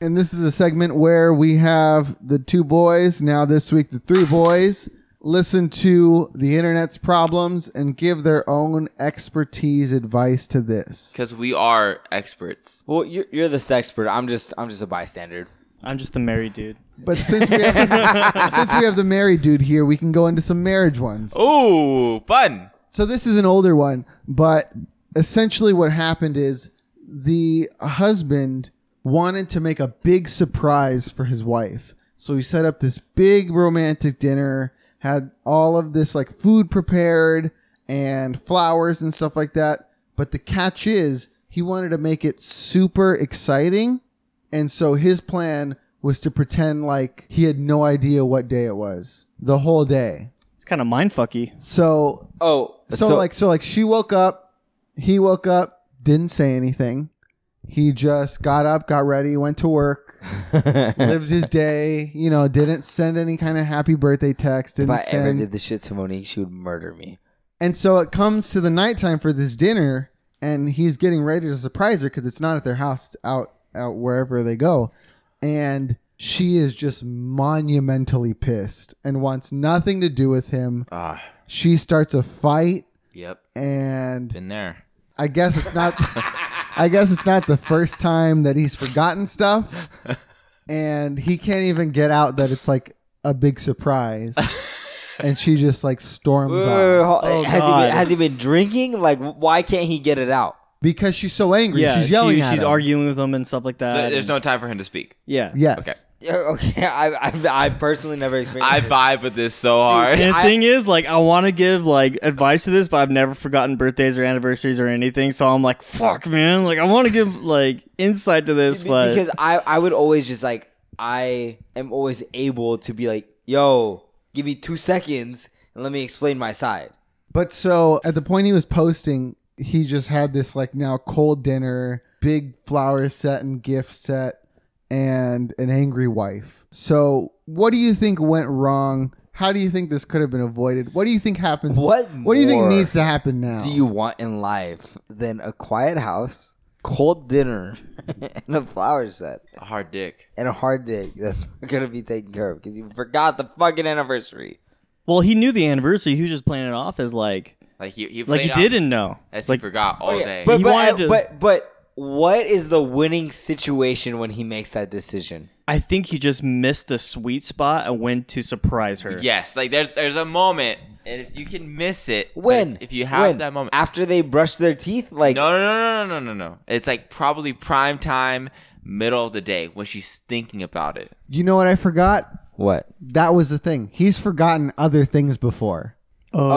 S4: And this is a segment where we have the two boys, now this week the three boys, listen to the internet's problems and give their own expertise advice to this.
S1: Because we are experts.
S3: Well, you're, you're the sexpert. I'm just I'm just a bystander.
S2: I'm just the married dude.
S4: But since we have, since we have the married dude here, we can go into some marriage ones.
S1: Ooh, fun.
S4: So this is an older one, but essentially what happened is the husband wanted to make a big surprise for his wife. So he set up this big romantic dinner, had all of this like food prepared and flowers and stuff like that. But the catch is he wanted to make it super exciting. And so his plan was to pretend like he had no idea what day it was the whole day.
S2: It's kind of mindfucky.
S4: So
S3: Oh,
S4: so, like so like she woke up he woke up didn't say anything he just got up got ready went to work lived his day you know didn't send any kind of happy birthday text
S3: if
S4: didn't
S3: I ever
S4: send
S3: did this shit to Monique, she would murder me.
S4: and so it comes to the nighttime for this dinner and he's getting ready to surprise her because it's not at their house it's out out wherever they go and she is just monumentally pissed and wants nothing to do with him
S1: Ah,
S4: she starts a fight
S1: yep.
S4: and
S1: Been there.
S4: I guess it's not. I guess it's not the first time that he's forgotten stuff, and he can't even get out that it's like a big surprise, and she just like storms off
S2: Oh,
S3: has, he
S2: God.
S3: been, has he been drinking? Like, why can't he get it out?
S4: because she's so angry.
S2: Yeah,
S4: she's yelling.
S2: she-
S4: at
S2: she's
S4: him.
S2: arguing with them and stuff like
S1: So
S2: that.
S1: there's no time for him to speak.
S2: yeah.
S4: Yes.
S1: Okay.
S3: Yeah, Okay, I, I, I personally never experienced.
S1: I
S3: this.
S1: vibe with this so hard.
S2: And the thing is, like, I want to give like advice to this, but I've never forgotten birthdays or anniversaries or anything. So I'm like, fuck, man. Like, I want to give like insight to this,
S3: Be-
S2: but
S3: because I, I would always just like I am always able to be like, yo, give me two seconds and let me explain my side.
S4: But so at the point he was posting, he just had this like now cold dinner, big flower set and gift set, and an angry wife. So what do you think went wrong? How do you think this could have been avoided? What do you think happens?
S3: What
S4: What do you think
S3: more
S4: needs to happen now?
S3: Do you want in life than a quiet house, cold dinner, and a flower set
S1: A hard dick.
S3: and a hard dick that's not gonna be taken care of because you forgot the fucking anniversary?
S2: well, he knew the anniversary. He was just playing it off as like,
S1: Like he, he
S2: like
S1: played
S2: he
S1: up
S2: didn't know.
S1: As
S2: like,
S1: he forgot all
S3: Oh, yeah.
S1: day.
S3: But
S2: He
S3: but,
S2: wanted to-
S3: but but what is the winning situation when he makes that decision?
S2: I think he just missed the sweet spot and went to surprise her.
S1: yes, like there's there's a moment, and if you can miss it, but
S3: When
S1: if you have
S3: When?
S1: that moment,
S3: after they brush their teeth, like
S1: No, no, no, no, no, no, no, no. It's like probably prime time, middle of the day when she's thinking about it.
S4: You know what I forgot?
S3: what?
S4: That was the thing. He's forgotten other things before.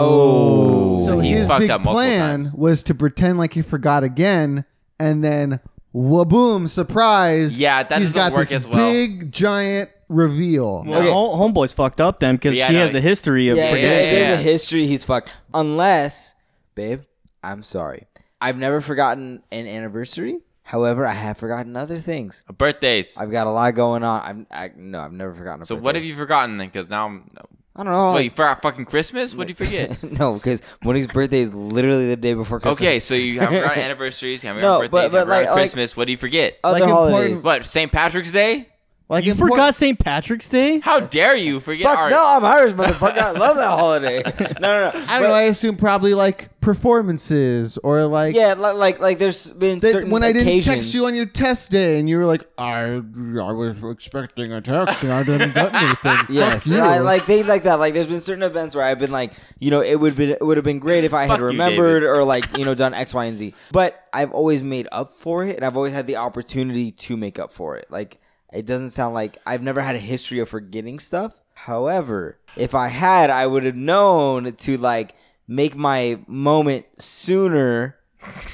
S3: Oh,
S4: So
S1: he's
S4: his
S1: fucked
S4: big
S1: up multiple
S4: plan
S1: times.
S4: was to pretend like he forgot again, and then waboom, surprise!
S1: Yeah, that
S4: he's
S1: doesn't
S4: got
S1: work
S4: this
S1: as well.
S4: Big giant reveal.
S2: Well,
S3: Okay.
S2: home- homeboy's fucked up then because
S1: Yeah, I
S2: he
S1: know.
S2: has a history of
S3: yeah,
S1: forget-
S2: forgetting.
S3: there-
S1: yeah,
S3: there's
S1: yeah.
S3: a history he's fucked. Unless, babe, I'm sorry. I've never forgotten an anniversary. However, I have forgotten other things.
S1: Birthdays.
S3: I've got a lot going on. I'm I, no, I've never forgotten. A
S1: so
S3: birthday.
S1: what have you forgotten then? Because now I'm.
S3: I don't know.
S1: Wait, you forgot fucking Christmas? What did you forget?
S3: no, because Monique's birthday is literally the day before Christmas.
S1: okay, so you haven't forgotten anniversaries, you haven't
S3: No,
S1: forgotten birthdays,
S3: but-
S1: you haven't
S3: but like-
S1: forgotten
S3: like- uh,
S1: Christmas. what do you forget?
S3: other
S4: Like important-
S3: holidays.
S1: what, St. Patrick's Day?
S3: like
S2: You
S3: important-
S2: forgot St. Patrick's Day?
S1: How dare you forget
S3: Fuck
S1: our.
S3: no, I'm Irish, motherfucker. I love that holiday. No, no, no.
S4: I don't know. I assume probably like performances or like
S3: Yeah, li- like like there's been
S4: that-
S3: certain
S4: when I didn't text
S3: occasions-
S4: you on your test day and you were like, I I was expecting a text and I didn't get anything.
S3: Yes,
S4: Fuck you.
S3: I, like things like that. Like there's been certain events where I've been like, you know, it would be it would have been great if I
S1: Fuck
S3: had
S1: you,
S3: remembered
S1: David.
S3: or like you know done X, Y, and Z. But I've always made up for it, and I've always had the opportunity to make up for it. Like it doesn't sound like I've never had a history of forgetting stuff. However, if I had, I would have known to like make my moment sooner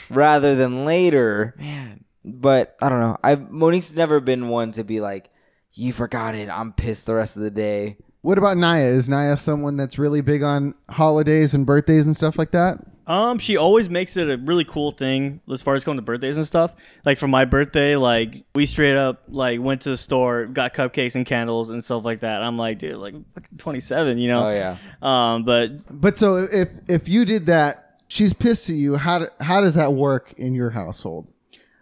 S3: rather than later.
S1: Man.
S3: But I don't know. I Monique's never been one to be like, you forgot it. I'm pissed the rest of the day.
S4: What about Naya? Is Naya someone that's really big on holidays and birthdays and stuff like that?
S2: Um, she always makes it a really cool thing as far as going to birthdays and stuff. Like for my birthday, like we straight up like went to the store, got cupcakes and candles and stuff like that. I'm like, dude, like fucking 27, you know?
S3: Oh, yeah.
S2: Um, but
S4: But so if if you did that, she's pissed at you. How do, how does that work in your household?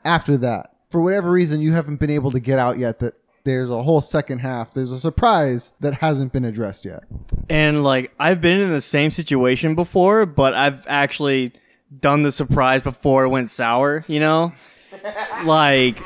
S4: After that, for whatever reason, you haven't been able to get out yet. That there's a whole second half. There's a surprise that hasn't been addressed yet.
S2: and like I've been in the same situation before, but I've actually done the surprise before it went sour, you know? like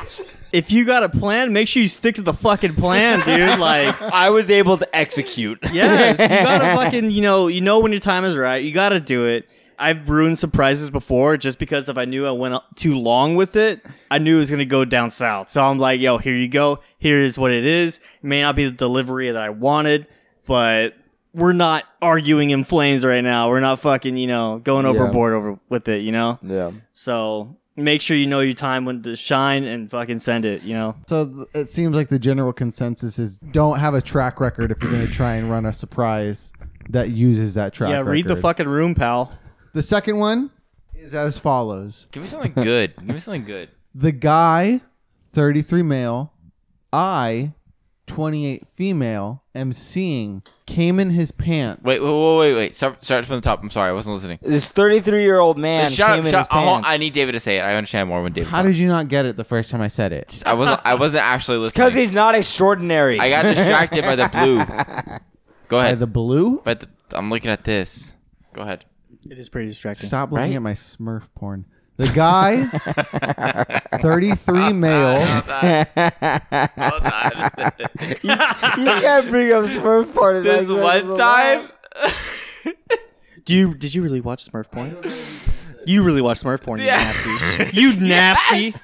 S2: if you got a plan, make sure you stick to the fucking plan, dude. Like
S3: I was able to execute.
S2: Yes, you gotta fucking you know you know when your time is right. You gotta do it. I've ruined surprises before just because if I knew I went too long with it, I knew it was gonna go down south. So I'm like, yo, here you go. Here is what it is. It may not be the delivery that I wanted, but we're not arguing in flames right now. We're not fucking you know going overboard over with it. You know.
S3: Yeah.
S2: So make sure you know your time when to shine and fucking send it. You know.
S4: So th- it seems like the general consensus is don't have a track record if you're going to try and run a surprise that uses that track.
S2: Yeah. Read the
S4: record.
S2: fucking room, pal.
S4: The second one is as follows.
S1: Give me something good. Give me something good.
S4: The guy, 33 male, I, 28 female, am seeing came in his pants.
S1: Wait, wait, wait, wait, wait. Start, start from the top. I'm sorry, I wasn't listening.
S3: This 33 year old man
S1: Shut
S3: came
S1: up,
S3: in
S1: shut up.
S3: his
S1: I want-
S3: pants.
S1: I need David to say it. I understand more when David.
S4: How did you not get it the first time I said it?
S1: I wasn't. I wasn't actually listening.
S3: because he's not extraordinary.
S1: I got distracted by the blue. Go
S4: By
S1: ahead.
S4: the blue?
S1: but I'm looking at this. Go ahead.
S2: It is pretty distracting.
S4: Stop looking at my Smurf porn. The guy, 33
S1: Uh,
S4: male,
S3: you can't bring up Smurf part of
S1: this one time.
S2: Do you did you really watch Smurf porn? You really watch Smurf porn,
S1: Yeah.
S2: you nasty. You nasty.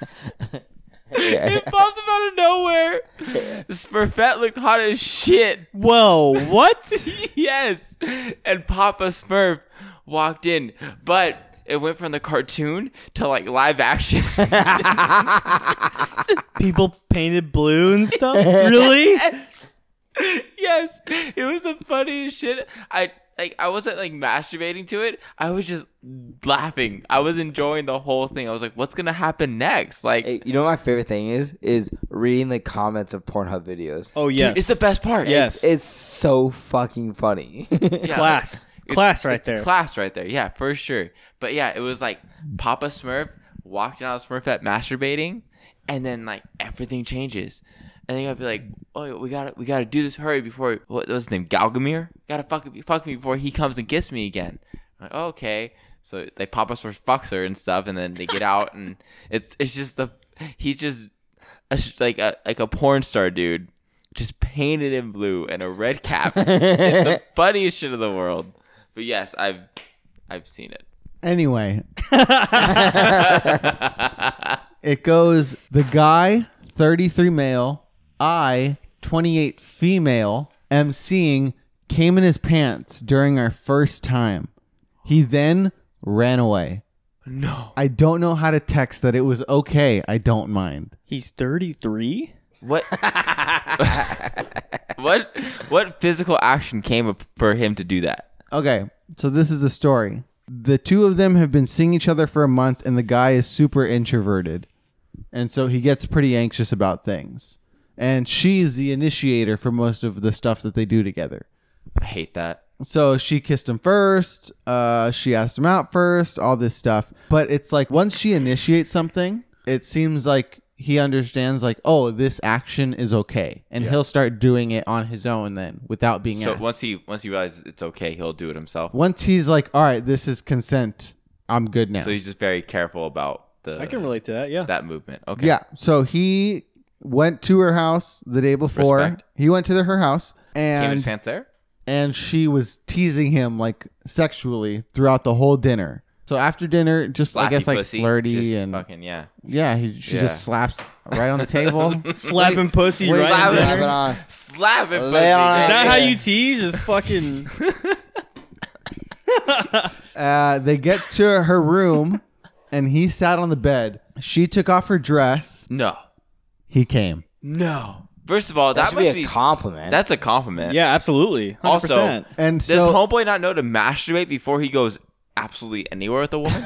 S1: It popped up out of nowhere. Smurfette looked hot as shit.
S2: Whoa, what?
S1: yes. And Papa Smurf walked in, but it went from the cartoon to like live action.
S2: People painted blue and stuff? Really?
S1: yes, it was the funniest shit. I like I wasn't like masturbating to it. I was just laughing. I was enjoying the whole thing. I was like, what's gonna happen next? Like,
S3: Hey, you know what my favorite thing is? Is reading the comments of Pornhub videos.
S2: Oh
S1: dude,
S2: yes.
S1: it's the best part.
S2: Yes.
S3: It's so fucking funny.
S1: Yeah,
S2: class.
S1: It's-
S2: class right
S1: it's
S2: there.
S1: Class right there. Yeah, for sure. But yeah, it was like Papa Smurf walked down Smurfette masturbating, and then like everything changes. And then you gotta be like, oh, we gotta we gotta do this hurry before what was his name Galgamir? Gotta fuck fuck me before he comes and gets me again. I'm like oh, okay, so they Papa Smurf fucks her and stuff, and then they get out, and it's it's just the he's just a, sh- like a like a porn star dude. Just painted in blue and a red cap. it's the funniest shit in the world. But yes, I've I've seen it.
S4: Anyway, it goes the guy, 33 male, I, 28 female, am seeing came in his pants during our first time. He then ran away.
S1: No.
S4: I don't know how to text that it was okay. I don't mind.
S2: He's 33?
S1: What What what physical action came up for him to do that?
S4: Okay, so this is the story. The two of them have been seeing each other for a month, and the guy is super introverted. and so he gets pretty anxious about things. And she's the initiator for most of the stuff that they do together.
S1: I hate that.
S4: So she kissed him first. Uh, she asked him out first. All this stuff, but it's like once she initiates something, it seems like he understands. Like, oh, this action is okay, and he'll start doing it on his own then, without being
S1: So
S4: asked.
S1: once he once he realizes it's okay, he'll do it himself.
S4: once he's like, all right, this is consent. I'm good now.
S1: So he's just very careful about the
S2: I can relate to that. Yeah.
S1: that movement. Okay.
S4: Yeah. So he went to her house the day before.
S1: Respect.
S4: He went to the, her house
S1: Came in
S4: and
S1: his pants there.
S4: and she was teasing him like sexually throughout the whole dinner. So after dinner, just I
S1: Slappy
S4: guess like
S1: pussy,
S4: flirty
S1: just
S4: and
S1: fucking yeah.
S4: yeah, he, she
S1: Yeah.
S4: just slaps right on the table.
S2: Slapping pussy
S4: wait,
S2: right at
S4: slap it.
S2: dinner.
S3: Slap it on.
S1: Slap it,
S3: Lay
S1: pussy,
S3: it on
S2: Is
S1: dude.
S2: that how
S3: Yeah.
S2: you tease? Just fucking.
S4: Uh, they get to her room, and he sat on the bed. She took off her dress.
S1: No.
S4: He came.
S1: No. First of all,
S3: That
S1: that,
S3: should
S1: must
S3: be a
S1: be
S3: compliment.
S1: that's a compliment.
S2: Yeah, absolutely. 100%.
S1: Also-
S4: And
S1: Does
S4: so
S1: homeboy not know to masturbate before he goes absolutely anywhere with a woman?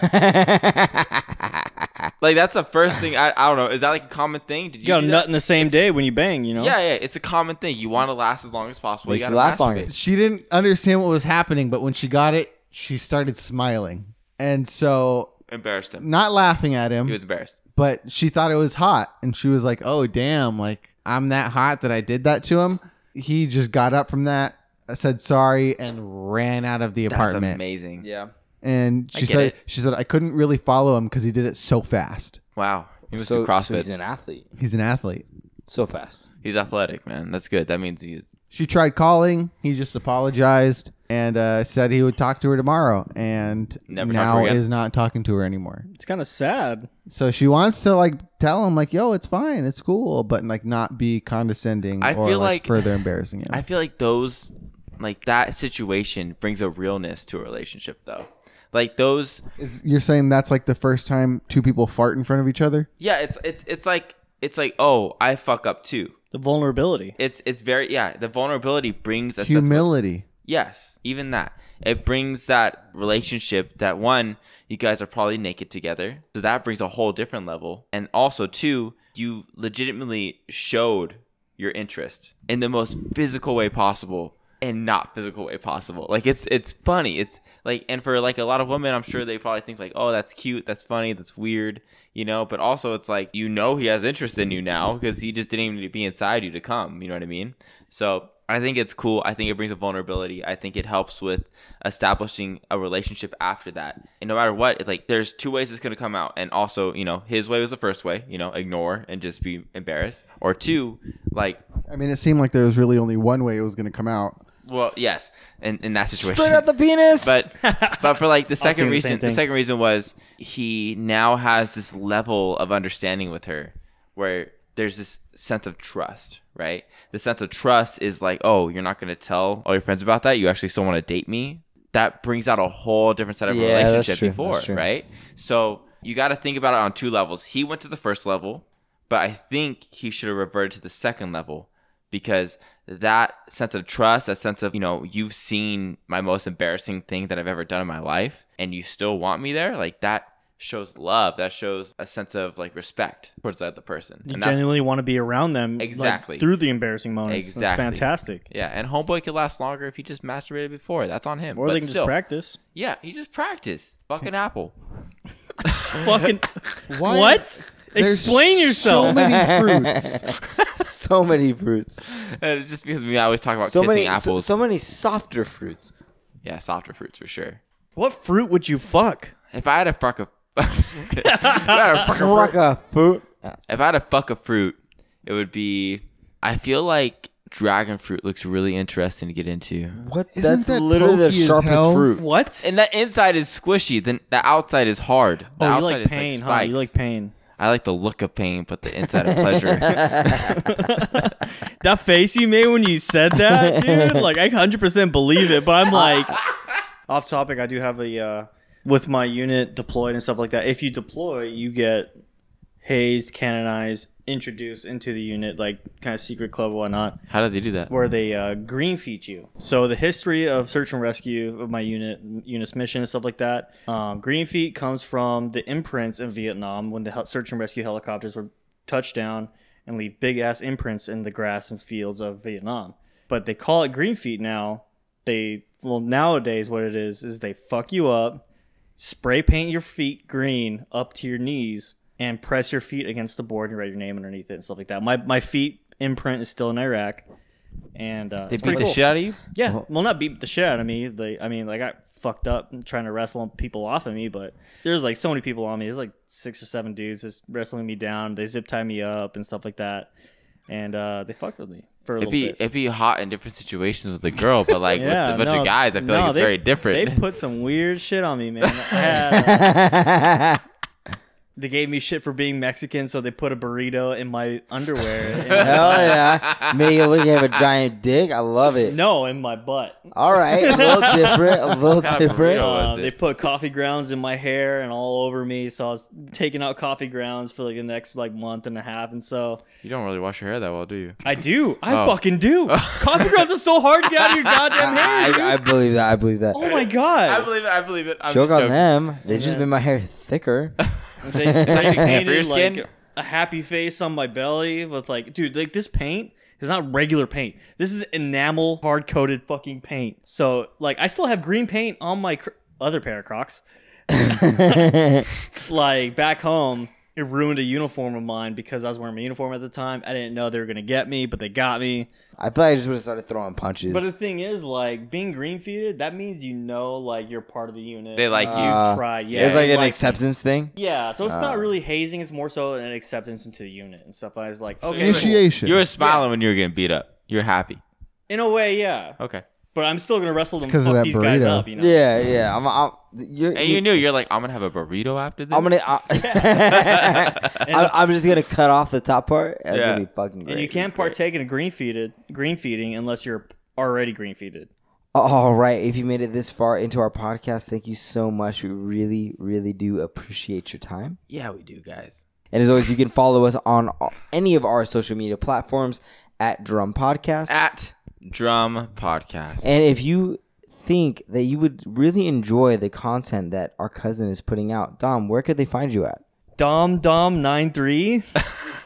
S1: like that's the first thing I, I don't know. Is that like a common thing? Did
S2: you got a
S1: do
S2: nut in the same day when you bang, you know?
S1: Yeah, yeah, it's a common thing. You want to last as long as possible.
S3: Makes
S1: you
S3: it
S1: gotta
S3: last longer.
S1: masturbate.
S4: she didn't understand what was happening, but when she got it, she started smiling. And so,
S1: Embarrassed him.
S4: not laughing at
S1: He
S4: him,
S1: was embarrassed.
S4: but she thought it was hot. And she was like, oh, damn, like I'm that hot that I did that to him. He just got up from that, said sorry, and ran out of the
S1: That's
S4: apartment.
S1: amazing.
S3: yeah.
S4: And
S1: I
S4: she
S1: get
S4: said,
S1: it.
S4: she said, I couldn't really follow him because he did it so fast.
S1: Wow. He was
S3: So,
S1: doing
S3: so
S1: CrossFit.
S3: he's an athlete.
S4: He's an athlete.
S3: So fast.
S1: he's athletic, man. That's good. That means he's
S4: She tried calling. He just apologized and uh, said he would talk to her tomorrow. And
S1: Never talked to her
S4: now
S1: again?
S4: is not talking to her anymore.
S2: It's kind of sad.
S4: So she wants to like tell him like, "Yo, it's fine, it's cool," but like not be condescending
S1: I
S4: or
S1: feel
S4: like,
S1: like-
S4: further embarrassing him.
S1: I feel like those, like that situation brings a realness to a relationship, though. Like those,
S4: Is- You're saying that's like the first time two people fart in front of each other?
S1: yeah. It's it's it's like it's like oh, I fuck up too.
S2: The vulnerability.
S1: It's it's very yeah. The vulnerability brings a sense of-
S4: Humility.
S1: yes, even that it brings that relationship. That one, you guys are probably naked together, so that brings a whole different level. And also two, you legitimately showed your interest in the most physical way possible and not physical way possible. Like it's it's funny. It's like and for like a lot of women, I'm sure they probably think like, "Oh, that's cute, that's funny, that's weird," you know, but also it's like you know he has interest in you now cuz he just didn't even need to be inside you to come, you know what I mean? So, I think it's cool. I think it brings a vulnerability. I think it helps with establishing a relationship after that. And no matter what, it's like there's two ways it's going to come out. And also, you know, his way was the first way, you know, ignore and just be embarrassed. Or two, like,
S4: I mean, it seemed like there was really only one way it was going to come out.
S1: well, yes, in, in that situation.
S3: Straight out the penis.
S1: but but for like the second
S2: saying the
S1: reason
S2: same
S1: the,
S2: thing.
S1: second reason was he now has this level of understanding with her where there's this sense of trust right the sense of trust is like oh you're not going to tell all your friends about that you actually still want to date me that brings out a whole different set of
S3: Yeah, that's
S1: relationship
S3: true,
S1: before
S3: that's true.
S1: right so you got to think about it on two levels he went to the first level but i think he should have reverted to the second level because that sense of trust, that sense of, you know, you've seen my most embarrassing thing that I've ever done in my life and you still want me there, like that shows love. That shows a sense of like respect towards the other person.
S2: You
S1: And that's,
S2: genuinely want to be around them like,
S1: Exactly.
S2: through the embarrassing moments. That's
S1: Exactly.
S2: fantastic.
S1: yeah, and homeboy could last longer if he just masturbated before. That's on him.
S2: Or
S1: But
S2: they can
S1: still,
S2: just practice.
S1: Yeah, he just practiced. Fucking apple.
S2: Fucking.
S4: Why-
S2: What?
S4: There's
S2: Explain
S4: So
S2: yourself.
S4: many fruits.
S3: so many fruits.
S1: And it's just because we always talk about
S3: So
S1: kissing
S3: many. So,
S1: apples.
S3: so many softer fruits.
S1: yeah, softer fruits for sure.
S2: what fruit would you fuck?
S1: If I had a fuck a, if I had a fuck a
S3: Like a fruit.
S1: If I had to fuck a fruit, it would be. I feel like dragon fruit looks really interesting to get into.
S3: What?
S4: Isn't
S3: That's
S4: that
S3: literally the
S4: bulky as
S3: sharpest
S4: hell?
S3: fruit.
S2: What?
S1: And the inside is squishy, then the outside is hard. The
S2: oh, you
S1: outside
S2: like
S1: is
S2: pain,
S1: like
S2: huh? You
S1: spikes.
S2: like pain.
S1: I like the look of pain, but the inside of pleasure.
S2: That face you made when you said that, dude, like I 100% believe it, but I'm like off topic, I do have a uh with my unit deployed and stuff like that. If you deploy, you get hazed, canonized, introduced into the unit like kind of secret club whatnot
S1: How did they do that?
S2: where they uh, green feed you. So the history of search and rescue of my unit, unit's mission and stuff like that. Um, green feet comes from the imprints in Vietnam when the hel- search and rescue helicopters were touchdown and leave big ass imprints in the grass and fields of Vietnam. But they call it green feet now. They well nowadays what it is is they fuck you up, spray paint your feet green up to your knees, and press your feet against the board and write your name underneath it and stuff like that. My my feet imprint is still in Iraq, and uh,
S1: They
S2: it's
S1: beat
S2: pretty
S1: the
S2: cool.
S1: shit out of you.
S2: Yeah, well, not beat the shit out of me. They, I mean, like I got fucked up trying to wrestle people off of me, but there's like so many people on me. There's like six or seven dudes just wrestling me down. They zip tie me up and stuff like that, and uh, they fucked with me for a
S1: It'd
S2: little
S1: be
S2: bit.
S1: it'd be hot in different situations with a girl, but like with a bunch
S2: no,
S1: of guys, I feel
S2: no,
S1: like it's
S2: they-
S1: very different.
S2: They put some weird shit on me, man. I had, uh, they gave me shit for being Mexican, so they put a burrito in my underwear. and-
S3: Hell yeah. Make you look you have a giant dick. I love it.
S2: no, in my butt.
S3: All right. A little different. A little
S1: Kind of
S3: different.
S1: burrito.
S2: Uh,
S1: was it?
S2: they put coffee grounds in my hair and all over me, so I was taking out coffee grounds for like the next like month and a half, and so
S1: you don't really wash your hair that well, do you?
S2: I do, I
S1: Oh.
S2: fucking do. coffee grounds are so hard to get out of your goddamn hair. dude.
S3: I, I believe that. I believe that.
S2: oh my god!
S1: believe it. I believe it. I'm
S3: Joke on them. They just
S2: Yeah.
S3: made my hair thicker.
S2: They just
S1: actually good for your
S2: painted
S1: skin.
S2: like a happy face on my belly with like, dude, like this paint is not regular paint. This is enamel hard coated fucking paint. So like, I still have green paint on my cr- other pair of Crocs. like back home, it ruined a uniform of mine because I was wearing my uniform at the time. I didn't know they were gonna get me, but they got me.
S3: I thought I just would have started throwing punches.
S2: But the thing is, like being green feeded, that means you know, like you're part of the unit.
S1: They like
S3: Uh,
S1: you.
S2: you try, yeah.
S3: it's
S2: they
S3: like an
S2: like you.
S3: acceptance thing.
S2: Yeah, so it's not really hazing. It's more so an acceptance into the unit and stuff. I was like, okay,
S4: Initiate- Initiation.
S1: You were smiling when you were getting beat up. You're happy.
S2: cool. in a way, yeah.
S1: Okay.
S2: But I'm still gonna wrestle them
S4: 'cause of
S2: fuck
S4: that
S2: these guys
S4: burrito.
S2: up. You know?
S3: Yeah, yeah. I'm. I'm you're,
S1: And you knew you're like, I'm gonna have a burrito after this.
S3: I'm gonna. I, I, I'm just gonna cut off the top part. That's
S1: Yeah.
S3: gonna be fucking. Great.
S2: And you can't partake in a green feeded green feeding unless you're already green feeded.
S3: All right. If you made it this far into our podcast, thank you so much. We really, really do appreciate your time.
S1: Yeah, we do, guys.
S3: And as always, you can follow us on all- any of our social media platforms at Drum Podcast.
S1: At Drum Podcast.
S3: And if you think that you would really enjoy the content that our cousin is putting out, Dom, where could they find you at?
S2: Dom Dom nine three.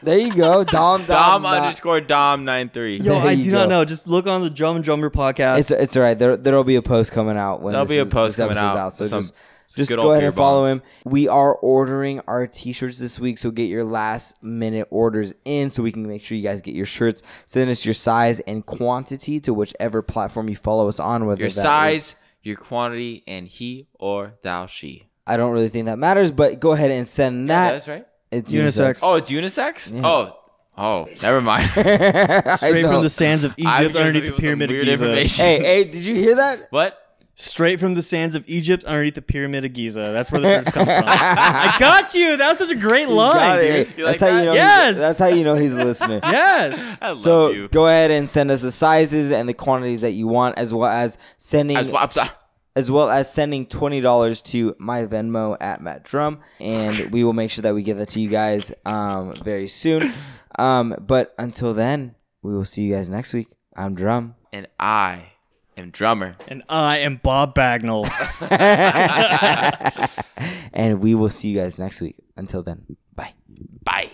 S3: There you go, Dom. Dom,
S1: Dom
S3: Dom.
S1: underscore Dom nine three.
S2: Yo,
S3: There
S2: I
S3: you
S2: do not
S3: go.
S2: know. Just look on the Drum and Drummer podcast.
S3: It's it's all right. There there'll be a post coming out when
S1: There'll
S3: this
S1: be a
S3: is-
S1: post
S3: this
S1: coming
S3: episode's
S1: out
S3: So
S1: with some-
S3: just
S1: some
S3: just
S1: good
S3: go
S1: old
S3: ahead
S1: beer
S3: and follow
S1: bongs.
S3: him. We are ordering our t-shirts this week, so get your last minute orders in so we can make sure you guys get your shirts. Send us your size and quantity to whichever platform you follow us on. Whether
S1: Your
S3: that is-
S1: size, your quantity, and he or thou she.
S3: I don't really think that matters, but go ahead and send that.
S1: That's right.
S3: it's
S2: Unisex.
S1: Oh, it's unisex? Oh. Oh, never mind.
S3: Straight
S2: Oh, Straight from the sands of
S1: I was
S2: Egypt
S1: giving
S2: underneath the
S1: people some
S2: pyramid of
S1: weird
S2: Giza.
S1: information.
S3: Hey, hey, did you hear that?
S1: What?
S2: Straight from the sands of Egypt underneath the pyramid of Giza. That's where the shirts come from. I got you. That was such a great
S3: Got
S2: line,
S3: it.
S2: dude.
S1: You like
S3: that's how
S1: that?
S3: you know.
S2: Yes!
S3: He's, that's how you know he's a listener.
S2: Yes.
S1: I love
S3: So
S1: you.
S3: go ahead and send us the sizes and the quantities that you want, as well as sending
S1: As well- I'm sorry.
S3: as well as sending twenty dollars to my Venmo at Matt Drum, and we will make sure that we get that to you guys um, very soon. Um, but until then, we will see you guys next week. I'm Drum.
S1: and I am drummer.
S2: And I am Bob Bagnall.
S3: and we will see you guys next week. Until then, bye.
S1: Bye.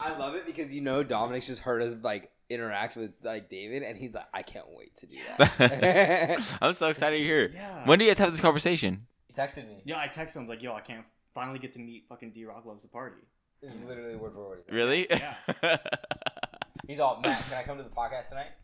S3: I love it because you know Dominic's just heard us like interact with like David, and he's like, I can't wait to do that.
S1: I'm so excited you're here.
S2: Yeah.
S1: When do you guys have this conversation?
S3: he texted me.
S2: Yeah, I texted him like, "Yo, I can't finally get to meet fucking D Rock loves the party."
S3: It's literally word for word.
S1: Really?
S2: Yeah.
S3: He's all, Matt, can I come to the podcast tonight?